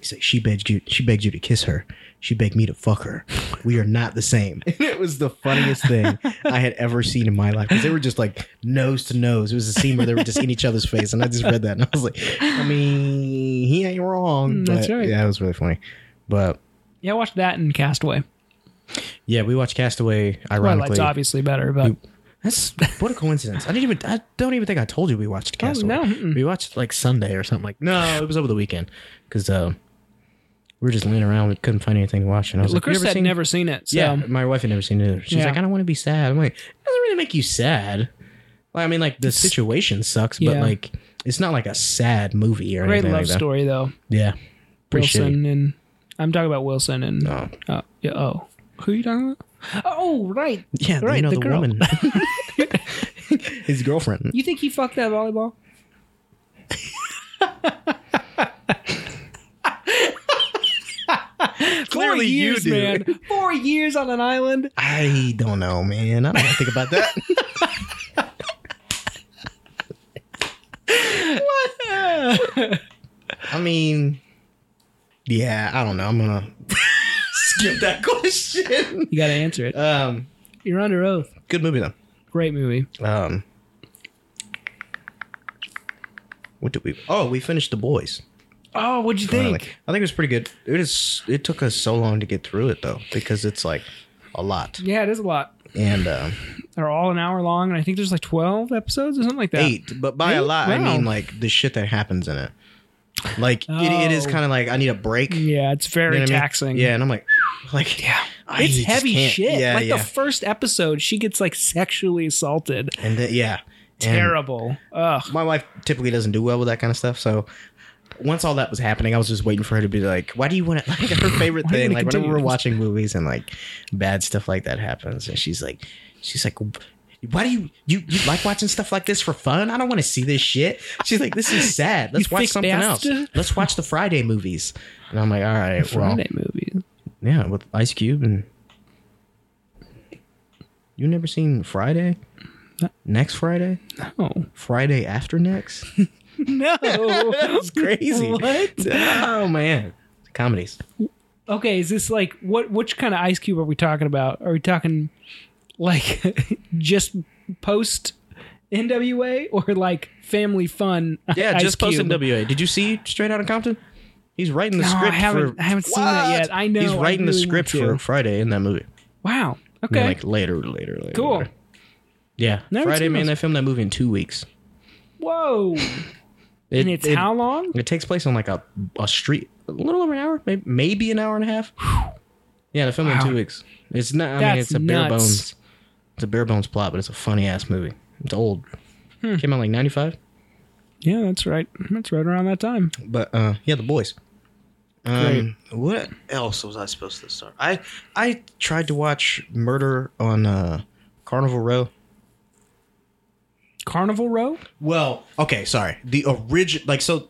S1: he's like, she begged you, she begged you to kiss her. She begged me to fuck her. We are not the same. And it was the funniest thing I had ever seen in my life because they were just like nose to nose. It was a scene where they were just in each other's face, and I just read that and I was like, I mean, he ain't wrong.
S2: Mm, that's
S1: But,
S2: right.
S1: Yeah, it was really funny. But
S2: Yeah, I watched that and Castaway.
S1: yeah, we watched Castaway.
S2: Twilight's
S1: Ironically,
S2: obviously better, but
S1: that's what a coincidence. I didn't even. I don't even think I told you we watched Castaway.
S2: Oh, no, mm-mm.
S1: we watched like Sunday or something. Like no, it was over the weekend because uh, we were just laying around. We couldn't find anything to watch, and I was like,
S2: Chris
S1: "You ever
S2: had
S1: seen-"
S2: never seen it. So.
S1: Yeah, my wife had never seen it either. She's
S2: Yeah.
S1: like, I don't want to be sad. I'm like, it doesn't really make you sad. Like, I mean, like the situation sucks, but
S2: Yeah.
S1: like It's not like a sad movie or
S2: Great
S1: anything
S2: love
S1: like that.
S2: story though.
S1: Yeah, pretty shitty.
S2: Wilson and I'm talking about Wilson and
S1: Oh.
S2: uh, yeah, oh, who are you talking about? Oh, right.
S1: Yeah,
S2: Right,
S1: you know
S2: the
S1: the,
S2: girl.
S1: woman, his girlfriend.
S2: You think he fucked that volleyball? Four
S1: Clearly you
S2: years,
S1: do.
S2: man. Four years on an island.
S1: I don't know, man. I don't wanna think about that. I mean, yeah, I don't know. I'm gonna skip that question.
S2: You got to answer it. Uh,
S1: Um,
S2: You're under oath.
S1: good movie though.
S2: Great movie.
S1: Um, what did we? Oh, we finished the boys.
S2: Oh, what'd you
S1: finally.
S2: think?
S1: I think it was pretty good. It is. It took us so long to get through it though, because it's like a lot.
S2: Yeah, it is a lot.
S1: And um,
S2: They're all an hour long, and I think there's like 12 episodes or something like that.
S1: eight, but by a
S2: Eight?
S1: lot I
S2: Wow.
S1: mean like the shit that happens in it. Like it, it is
S2: Oh.
S1: kind of like I need a break. you know
S2: Yeah, it's very
S1: what I mean?
S2: taxing.
S1: Yeah, and I'm like, like yeah,
S2: It's heavy shit.
S1: Yeah,
S2: like
S1: yeah,
S2: the first episode, she gets like sexually assaulted.
S1: and then, yeah, And
S2: Terrible. Ugh.
S1: My wife typically doesn't do well with that kind of stuff, so. Once all that was happening, I was just waiting for her to be like, "Why do you want to?" Like her favorite
S2: Why do you
S1: thing,
S2: wanna
S1: like whenever
S2: continue
S1: we're
S2: this?
S1: watching movies and like bad stuff like that happens, and she's like, she's like, "Why do you you you like watching stuff like this for fun? I don't want to see this shit." She's like, "This is sad. Let's
S2: You
S1: watch
S2: thick
S1: something
S2: bastard.
S1: else. Let's watch the Friday movies." And I'm like, "All right, well,
S2: Friday movies.
S1: yeah, with Ice Cube and you never seen Friday, next Friday,
S2: Oh
S1: Friday after next."
S2: no!
S1: That's crazy.
S2: What?
S1: Oh man, comedies.
S2: Okay, is this like what? Which kind of Ice Cube are we talking about? Are we talking like just post NWA or like Family Fun? uh,
S1: Yeah,
S2: Ice
S1: just post
S2: Cube?
S1: NWA. Did you see Straight Outta Compton? He's writing the
S2: No, I
S1: script.
S2: haven't-
S1: for,
S2: I haven't seen that
S1: What?
S2: yet. I know,
S1: He's
S2: I
S1: writing the
S2: really
S1: script
S2: want to.
S1: for Friday in that movie.
S2: Wow.
S1: I mean,
S2: Okay.
S1: like later, later, later.
S2: Cool.
S1: later. Yeah,
S2: Never
S1: Friday,
S2: seen
S1: man.
S2: those.
S1: They filmed that movie in two weeks.
S2: Whoa.
S1: It,
S2: And it's
S1: it-
S2: how long?
S1: It takes place on like a, a street, a little over an hour, maybe, maybe an hour and a half. Yeah, they filmed it in
S2: Wow.
S1: two weeks. It's not. I mean,
S2: That's
S1: it's a bare
S2: nuts.
S1: bones. It's a bare bones plot, but it's a funny ass movie. It's old.
S2: Hmm.
S1: Came out like ninety five.
S2: Yeah, that's right. That's right around that time.
S1: But uh, yeah, the boys. Um, What else was I supposed to start? I I tried to watch Murder on uh, Carnival Row.
S2: Carnival Row.
S1: Well, Oh, okay, sorry. The origin, like, so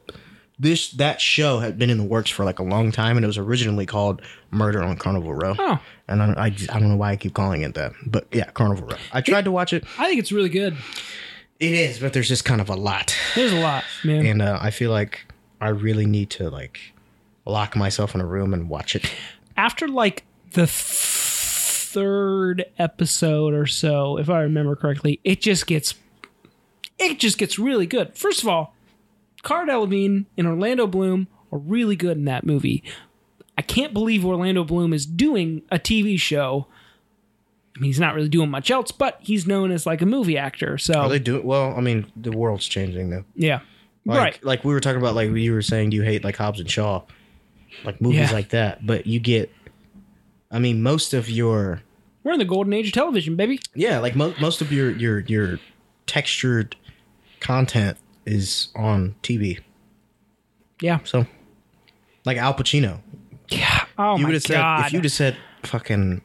S1: this that show had been in the works for like a long time, and it was originally called Murder on Carnival Row.
S2: Oh,
S1: And I don't, I, I don't know why I keep calling it that, but yeah, Carnival Row. I tried to watch it.
S2: I think it's really good.
S1: It is, but there's just kind of a lot,
S2: There's a lot, man.
S1: and uh, I feel like I really need to like lock myself in a room and watch it.
S2: after like the th- third episode or so, if I remember correctly, it just gets it just gets really good. First of all, Cara Delevingne and Orlando Bloom are really good in that movie. I can't believe Orlando Bloom is doing a TV show. I mean, he's not really doing much else, but he's known as like a movie actor.
S1: Are
S2: So
S1: they doing well? I mean, the world's changing though.
S2: yeah,
S1: Like,
S2: right.
S1: Like we were talking about, like you were saying, you hate like Hobbs and Shaw, like movies
S2: Yeah.
S1: like that. But you get, I mean, most of your
S2: We're in the golden age of television, baby.
S1: yeah, like mo- most of your your your textured content is on TV.
S2: Yeah.
S1: So, like Al Pacino,
S2: Yeah. Oh
S1: you
S2: my
S1: would
S2: god.
S1: have said if you would have said fucking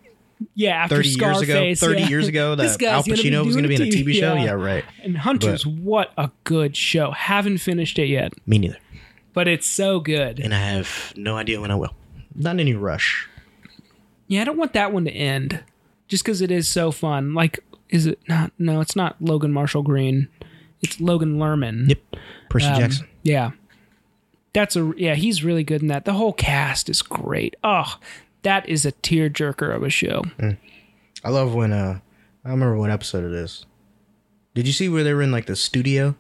S2: yeah. After
S1: thirty years ago,
S2: Scarface,
S1: thirty
S2: yeah.
S1: years ago
S2: This
S1: that
S2: guy's
S1: Al
S2: gonna be
S1: Pacino was
S2: doing
S1: going to be in a
S2: TV,
S1: TV show.
S2: yeah.
S1: Yeah, right.
S2: And Hunters, what a good show. Haven't finished it yet,
S1: Me neither.
S2: but it's so good.
S1: And I have no idea when I will. Not in any rush.
S2: Yeah, I don't want that one to end just because it is so fun. Like, is it not? No, it's not Logan Marshall Green. It's Logan Lerman.
S1: Yep. Percy
S2: Um,
S1: Jackson.
S2: Yeah. That's a, yeah, he's really good in that. The whole cast is great. Oh, that is a tearjerker of a show.
S1: I love when uh I don't remember what episode it is. Did you see where they were in like the studio?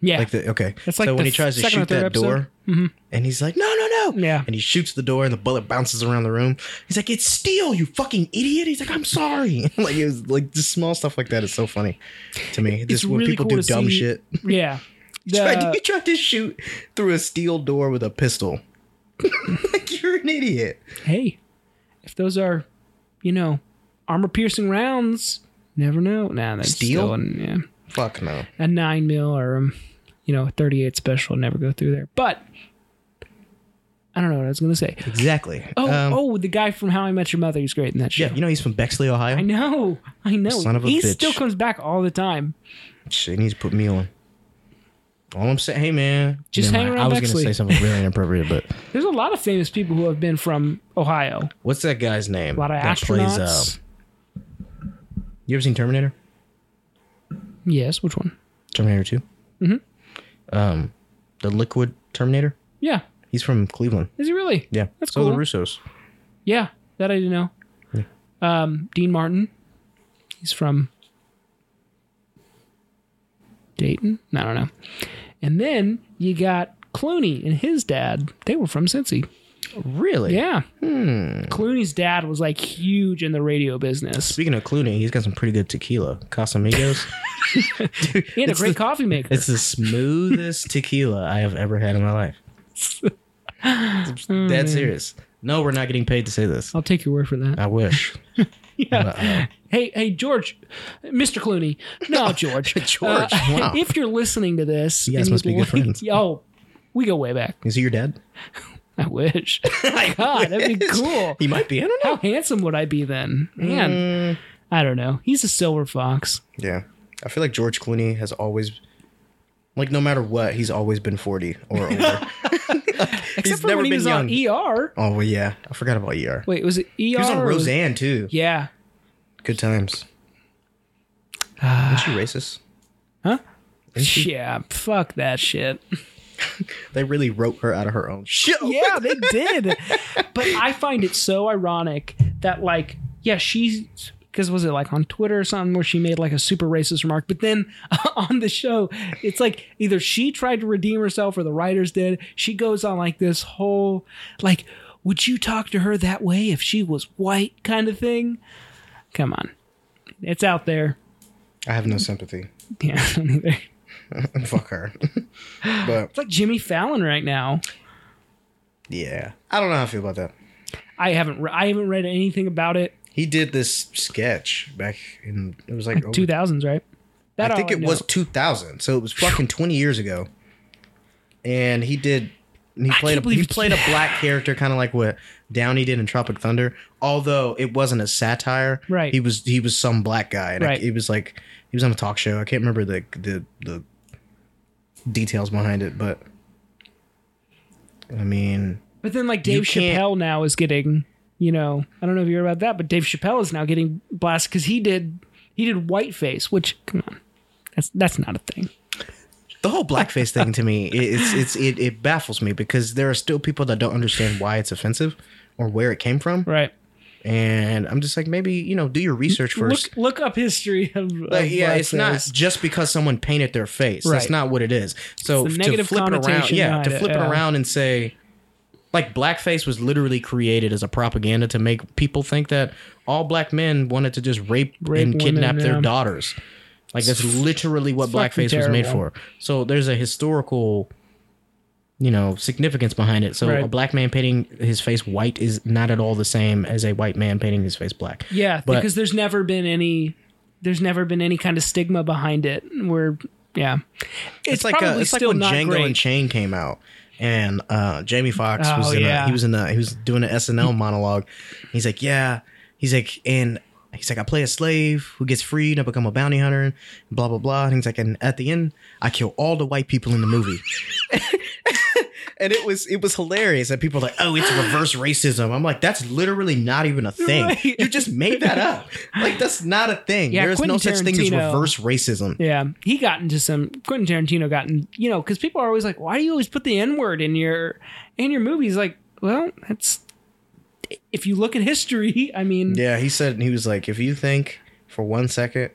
S2: Yeah.
S1: Like the okay.
S2: It's like
S1: so when
S2: the
S1: he tries to
S2: second or
S1: shoot
S2: third Mm-hmm.
S1: that door and he's like, No, no, no.
S2: Yeah.
S1: And he shoots the door and the bullet bounces around the room. He's like, It's steel, you fucking idiot. He's like, I'm sorry. like it was like just small stuff like that is so funny to me. Just when
S2: really
S1: people
S2: cool
S1: do
S2: to
S1: dumb
S2: see-
S1: shit.
S2: yeah.
S1: He tried, to,
S2: The-
S1: he tried to shoot through a steel door with a pistol. like you're an idiot.
S2: hey, if those are, you know, armor piercing rounds, never know. Nah, that's
S1: Steel?
S2: still an- yeah,
S1: Fuck no.
S2: a nine mil or um, you know, 38 special and never go through there. But I don't know what I was going to say.
S1: Exactly.
S2: Oh,
S1: Um,
S2: oh, the guy from How I Met Your Mother. He's great in that show.
S1: yeah. You know he's from Bexley, Ohio.
S2: I know. I know.
S1: Son of a
S2: he
S1: bitch.
S2: still comes back all the time.
S1: Shit, he needs to put me on. All I'm saying, hey man,
S2: Just
S4: Never
S2: hang
S4: mind.
S2: around
S4: I was
S2: Bexley.
S4: gonna say something really inappropriate, but
S2: There's a lot of famous people who have been from Ohio.
S1: what's that guy's name?
S2: A lot of
S1: that uh,
S2: astronauts.
S1: you ever seen Terminator?
S2: yes, which one?
S1: Terminator 2 Mm-hmm. Um, the Liquid Terminator.
S2: Yeah.
S1: He's from Cleveland.
S2: Is he really?
S1: Yeah,
S2: That's
S1: so the
S2: cool.
S1: Russos.
S2: Yeah, that I didn't know. Um, Dean Martin. He's from Dayton. I don't know. And then you got Clooney and his dad. They were from Cincy.
S1: Really?
S2: Yeah.
S1: Hmm.
S2: Clooney's dad was like huge in the radio business.
S1: Speaking of Clooney, he's got some pretty good tequila. Casamigos.
S2: He had a
S1: It's
S2: great
S1: the-
S2: coffee maker.
S1: It's the smoothest tequila I have ever had in my life.
S2: Oh,
S1: Dead serious. No, we're not getting paid to say this.
S2: I'll take your word for that.
S1: I wish. uh,
S2: Yeah. Hey, hey, George, Mr. Clooney. No, George.
S1: George,
S2: Uh,
S1: wow.
S2: If you're listening to this,
S1: You guys
S2: and
S1: must be
S2: you'd
S1: good friends.
S2: Oh, we go way back.
S1: Is he your dad?
S2: I wish. God, that'd be cool.
S1: He Mm. might be. I don't know.
S2: How handsome would I be then? Man, I don't know. He's a silver fox.
S1: Yeah. I feel like George Clooney has always, like, no matter what, he's always been 40 or older.
S2: Except for when he was on ER.
S1: oh, well, yeah. I forgot about ER.
S2: Wait, was it ER?
S1: he was on
S2: or was-
S1: Roseanne, too.
S2: Yeah.
S1: Good times. Isn't she racist?
S2: Huh?
S1: Isn't she-
S2: Yeah. Fuck that shit.
S1: They really wrote her out of her own show.
S2: Yeah, they did. but I find it so ironic that like, yeah, she's because was it like on Twitter or something where she made like a super racist remark, but then on the show, it's like either she tried to redeem herself or the writers did. She goes on like this whole like, would you talk to her that way if she was white kind of thing? Come on, it's out there.
S1: I have no sympathy.
S2: Yeah, I don't either. It's
S1: Fuck her. but
S2: like Jimmy Fallon right now.
S1: yeah, I don't know how I feel about that.
S2: I haven't re- I haven't read anything about it.
S1: He did this sketch back in it was like,
S2: Two
S1: over,
S2: thousands, right? That
S1: Oh. I think
S2: all
S1: it
S2: know.
S1: was 2000, so it was fucking 20 years ago. And he did he played
S2: can't
S1: a, he
S2: believe-
S1: played a black character kind of like what Downey did in Tropic Thunder, although it wasn't a satire.
S2: Right.
S1: He was he was some black guy and I-
S2: Right.
S1: it was like he was on a talk show. I can't remember the the the details behind it, but I mean,
S2: But then, like Dave
S1: can't-
S2: Chappelle now is getting, you know, I don't know if you heard about that, but Dave Chappelle is now getting blasted because he did he did whiteface, which come on, that's that's not a thing.
S1: the whole blackface thing to me it- it's it's it, it baffles me because there are still people that don't understand why it's offensive or where it came from
S2: Right.
S1: and i'm just like maybe you know do your research first
S2: Look look up history of, of
S1: Like, yeah it's not
S2: blackface.
S1: just because someone painted their face
S2: Right.
S1: that's not what it is so
S2: It's the
S1: to
S2: negative
S1: flip it around
S2: connotation
S1: yeah
S2: behind
S1: to
S2: it,
S1: flip it,
S2: yeah.
S1: around and say like blackface was literally created as a propaganda to make people think that all black men wanted to just rape,
S2: Rape
S1: and kidnap
S2: women,
S1: their
S2: yeah.
S1: daughters like that's literally what
S2: fucking
S1: blackface was made
S2: terrible.
S1: for so there's a historical you know significance behind it so
S2: Right.
S1: a black man painting his face white is not at all the same as a white man painting his face black
S2: yeah
S1: but-
S2: because there's never been any there's never been any kind of stigma behind it. Where yeah,
S1: it's, like a,
S2: probably
S1: it's like
S2: still
S1: when
S2: not
S1: Django
S2: great.
S1: and Chain came out, and uh, Jamie Foxx
S2: Oh,
S1: was in
S2: yeah.
S1: a, he was in a, he was doing an SNL monologue. He's like, yeah, he's like, and he's like, I play a slave who gets freed, I become a bounty hunter, and blah blah blah. And he's like, and at the end, I kill all the white people in the movie. And it was it was hilarious that people were like, oh, it's reverse racism. I'm like, that's literally not even a thing.
S2: Right.
S1: You just made that up. Like that's not a thing.
S2: Yeah,
S1: there is no
S2: Quentin
S1: such thing as
S2: Tarantino-
S1: reverse racism.
S2: Yeah, he got into some Quentin Tarantino got in, you know, because people are always like, "Why do you always put the N word in your in your movies?" Like, well, that's if you look at history. I mean,
S1: Yeah, he said he was like, if you think for one second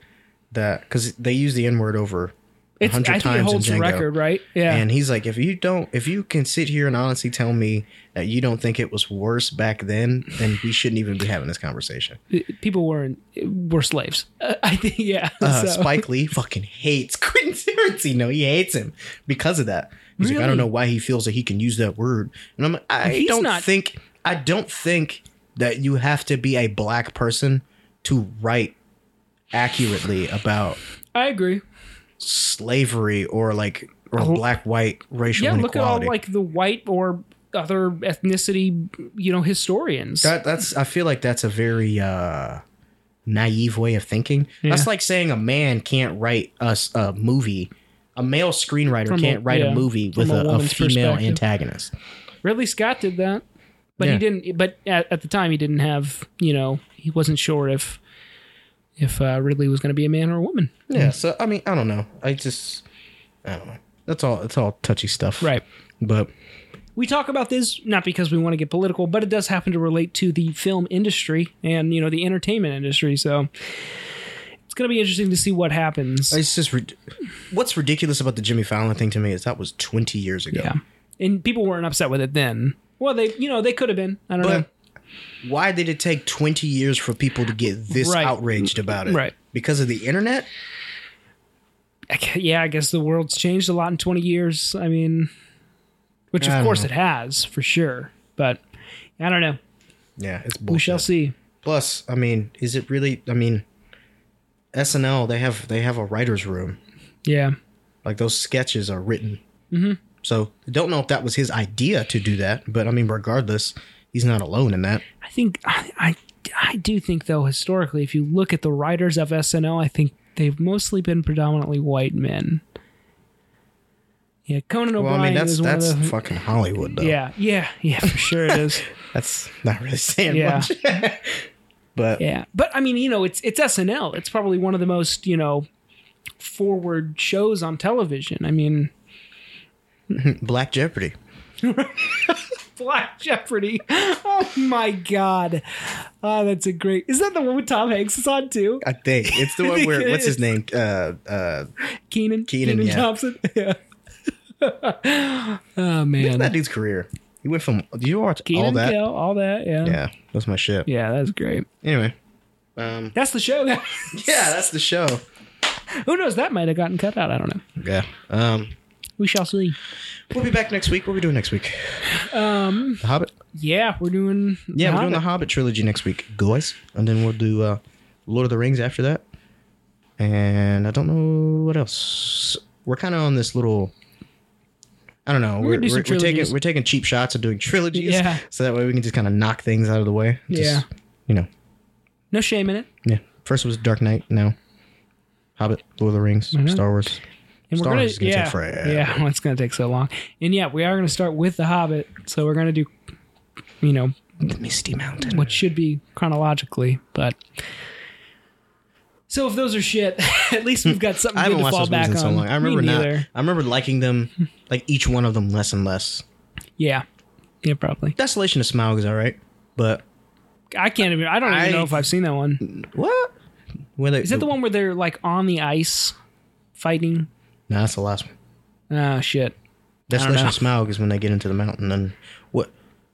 S1: that because they use the N word over a
S2: it's I
S1: hundred
S2: think
S1: times
S2: it holds
S1: in
S2: the
S1: Django,
S2: record, right? Yeah,
S1: and he's like, if you don't, if you can sit here and honestly tell me that you don't think it was worse back then, then we shouldn't even be having this conversation.
S2: people weren't were slaves. Uh, I think, yeah.
S1: Uh,
S2: so-
S1: Spike Lee fucking hates Quentin Tarantino. He hates him because of that. He's like, I
S2: Really?
S1: don't know why he feels that he can use that word, and I'm like, I
S2: He's
S1: don't
S2: not-
S1: think, I don't think that you have to be a black person to write accurately about
S2: I agree.
S1: slavery or like or black white racial
S2: Oh. yeah, look at all
S1: inequality.
S2: like the white or other ethnicity, you know, historians.
S1: that that's I feel like that's a very uh naive way of thinking. That's
S2: Yeah.
S1: like saying a man can't write us a movie. A male screenwriter
S2: From a-
S1: can't write
S2: yeah,
S1: a movie
S2: from
S1: with
S2: a
S1: a, a
S2: woman's
S1: female
S2: perspective.
S1: antagonist.
S2: Ridley Scott did that, but
S1: Yeah.
S2: he didn't. But at, at the time, he didn't have. You know, he wasn't sure if if uh, Ridley was going to be a man or a woman.
S1: Yeah, so I mean, I don't know. I just I don't know. That's all it's all touchy stuff.
S2: Right.
S1: But
S2: We talk about this not because we want to get political, but it does happen to relate to the film industry and you know the entertainment industry. So it's going to be interesting to see what happens.
S1: it's just rid- what's ridiculous about the Jimmy Fallon thing to me is that was 20 years ago.
S2: yeah, and people weren't upset with it then. Well, they you know they could have been. I don't know.
S1: But why did it take 20 years for people to get this
S2: Right.
S1: outraged about it?
S2: Right.
S1: Because of the internet?
S2: I gu- yeah, I guess the world's changed a lot in 20 years. I mean, which
S1: I
S2: of
S1: don't
S2: course
S1: know.
S2: it has for sure, but I don't know.
S1: Yeah, it's bullshit.
S2: We shall see.
S1: Plus, I mean, is it really? I mean, SNL they have they have a writers' room.
S2: Yeah.
S1: Like those sketches are written. Mm-hmm. So I don't know if that was his idea to do that, but I mean, regardless, he's not alone in that.
S2: I think, I, I, I do think though, historically, if you look at the writers of SNL, I think they've mostly been predominantly white men. Yeah. Conan
S1: Well,
S2: O'Brien
S1: I mean, that's
S2: is one
S1: that's
S2: of the.
S1: fucking Hollywood, though.
S2: yeah. Yeah. Yeah, for sure it is.
S1: that's not really saying
S2: Yeah.
S1: much. but
S2: Yeah, but I mean, you know, it's it's SNL. It's probably one of the most you know forward shows on television. I mean,
S1: Black Jeopardy.
S2: Black Jeopardy. Oh my god, oh, that's a great. Is that the one with Tom Hanks is on too?
S1: I think it's the one
S2: think
S1: where
S2: it
S1: what's
S2: is.
S1: his name? Uh, uh,
S2: Keenan.
S1: Keenan, yeah.
S2: Thompson. Yeah. oh man,
S1: that dude's career. He went from. Do you watch
S2: Keenan
S1: all that?
S2: Kel, all that. Yeah.
S1: Yeah, that's my shit.
S2: Yeah, that's great.
S1: Anyway, um,
S2: That's the show. guys.
S1: yeah, that's the show.
S2: Who knows? That might have gotten cut out. I don't know.
S1: Yeah. Um,
S2: We shall see.
S1: We'll be back next week. What are we doing next week? Um, the Hobbit.
S2: Yeah, we're doing.
S1: Yeah, we're doing the
S2: Hobbit.
S1: Hobbit trilogy next week, guys, and then we'll do uh, Lord of the Rings after that. And I don't know what else. We're kind of on this little. I don't know.
S2: We're
S1: We're,
S2: gonna do
S1: we're,
S2: some
S1: we're taking
S2: trilogies.
S1: we're taking cheap shots of doing trilogies.
S2: Yeah.
S1: So that way we can just kind of knock things out of the way. Just,
S2: Yeah.
S1: You know.
S2: No shame in it.
S1: Yeah. First was Dark Knight. Now, Hobbit, Lord of the Rings,
S2: Mm-hmm.
S1: Star Wars.
S2: And
S1: Star
S2: we're gonna,
S1: Wars is gonna
S2: yeah,
S1: take forever.
S2: Yeah, well, it's gonna take so long. And yeah, we are gonna start with the Hobbit, so we're gonna do, you know,
S1: The Misty Mountain.
S2: what should be chronologically, but. So if those are shit, at least we've got something
S1: I haven't
S2: good to
S1: watched
S2: fall
S1: those movies
S2: back
S1: in
S2: on.
S1: so long. I remember
S2: Me
S1: not.
S2: neither.
S1: I remember liking them, like each one of them less and less.
S2: Yeah, yeah, probably.
S1: Desolation of Smaug is all right, but
S2: I can't even. I don't even
S1: I-
S2: know if I've seen that one.
S1: what? Where they,
S2: Is that the one where they're like on the ice fighting?
S1: No, that's the last one.
S2: Ah, shit.
S1: Desolation of Smaug is when they get into the mountain and what?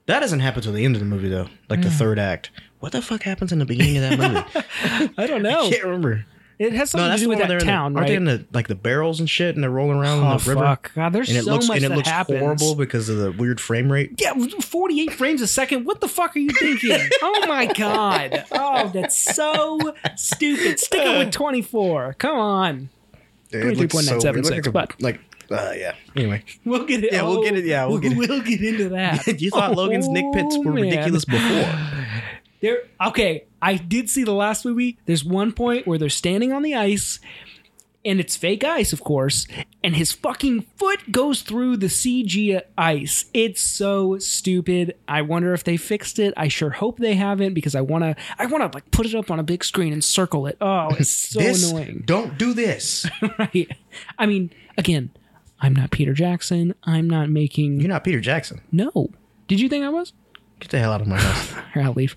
S1: That doesn't happen till the end of the movie though, like
S2: Mm.
S1: the third act. What the fuck happens in the beginning of that movie?
S2: I don't know.
S1: Can't remember.
S2: It has
S1: No,
S2: something to
S1: that's
S2: Oh. do
S1: the
S2: with
S1: one where
S2: that
S1: they're in the-
S2: town,
S1: aren't
S2: right?
S1: they in the like the barrels and shit, and they're rolling around
S2: oh
S1: in the river.
S2: fuck! God, there's
S1: And it
S2: so
S1: looks
S2: much
S1: and it
S2: that
S1: looks
S2: happens.
S1: horrible because of the weird frame rate.
S2: Yeah, 48 frames a second. What the fuck are you thinking? oh my god. Oh, that's so stupid. Stick it
S1: Uh.
S2: with 24. Come on.
S1: It looks
S2: 23.976,
S1: it looks
S2: but-
S1: like uh, yeah. Anyway,
S2: We'll get it. Oh,
S1: Yeah, we'll get it- yeah, we'll get it.
S2: We'll get into that.
S1: you thought Logan's
S2: Oh,
S1: Nick pits were
S2: man.
S1: ridiculous before.
S2: There okay, I did see the last movie. There's one point where they're standing on the ice and it's fake ice, of course, and his fucking foot goes through the CG ice. It's so stupid. I wonder if they fixed it. I sure hope they haven't because I want to I want to like put it up on a big screen and circle it. Oh, it's so
S1: this,
S2: annoying.
S1: Don't do this.
S2: Right. I mean, again, I'm not Peter Jackson. I'm not making
S1: You're not Peter Jackson.
S2: No. Did you think I was?
S1: Get the hell out of my house.
S2: Here, I'll leave.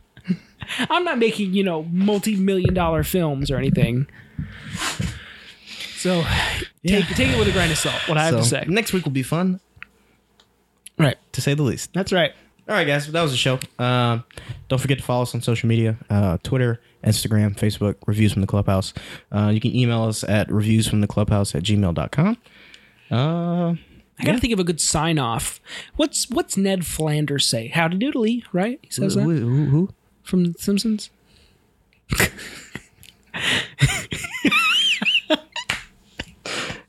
S2: I'm not making, you know, multi million dollar films or anything. So take, take it with a grain of salt, what I have to
S1: So,
S2: say.
S1: next week will be fun,
S2: Right.
S1: to say the least.
S2: That's right.
S1: All right, guys, that was the show. Um, don't forget to follow us on social media uh, Twitter, Instagram, Facebook, Reviews from the Clubhouse. Uh, you can email us at reviewsfromtheclubhouse at gmail.com. Uh,
S2: I gotta think of a good sign off. What's what's Ned Flanders say? Howdy doodly, right? He says that
S1: who- who- who?
S2: from The Simpsons.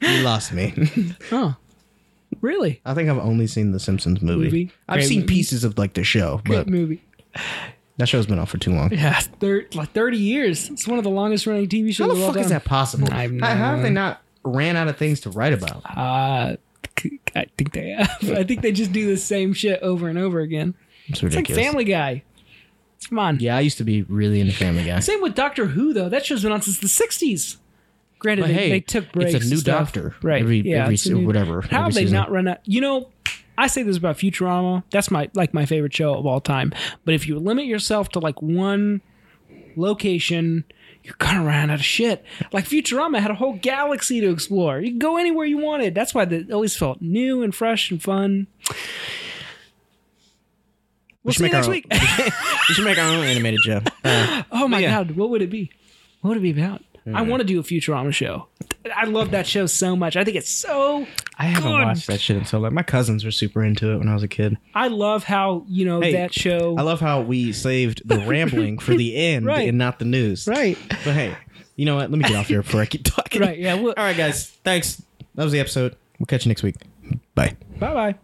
S1: You lost me.
S2: Oh. Really?
S1: I think I've only seen the Simpsons movie.
S2: Movie.
S1: I've
S2: Great
S1: seen
S2: movie.
S1: pieces of like the show,
S2: Great
S1: but
S2: movie.
S1: that show's been on for too long.
S2: Yeah, thir- like 30 years. It's one of the longest running TV shows.
S1: How the
S2: of all
S1: fuck is
S2: time.
S1: that possible?
S2: I've
S1: How, how have they not ran out of things to write about?
S2: Uh, c- I think they have. I think they just do the same shit over and over again.
S1: It's
S2: It's like
S1: ridiculous.
S2: Family Guy. Come on.
S5: Yeah, I used to be really into Family Guy.
S2: Same with Doctor Who, though. That show's been on since the 60s. Granted,
S5: But
S2: they,
S5: hey,
S2: they took breaks.
S5: it's a
S2: and
S5: new
S2: stuff.
S5: doctor.
S2: Right.
S5: Every,
S2: yeah,
S5: every
S2: it's a
S5: se-
S2: new-
S5: whatever.
S2: How
S5: every
S2: have they
S5: season.
S2: not run out? You know, I say this about Futurama. That's my like my favorite show of all time. But if you limit yourself to like one location, you're gonna run out of shit. Like Futurama had a whole galaxy to explore. You could go anywhere you wanted. That's why it always felt new and fresh and fun. We'll
S1: should
S2: see
S1: make
S2: you next
S1: our
S2: week.
S1: We should make our own animated show.
S2: Oh my
S1: yeah. Hmm.
S2: god, what would it be? What would it be about? I want to do a Futurama show. I love that show so much. I think it's so.
S1: I haven't
S2: Good.
S1: watched that shit until like my cousins were super into it when I was a kid.
S2: I love how you know
S1: Hey,
S2: that show.
S1: I love how we saved the rambling for the end
S2: Right.
S1: and not the news.
S2: right,
S1: But hey, you know what? Let me get off here before I keep talking.
S2: right, yeah. Well,
S1: All right, guys. Thanks. That was the episode. We'll catch you next week. Bye.
S2: bye bye.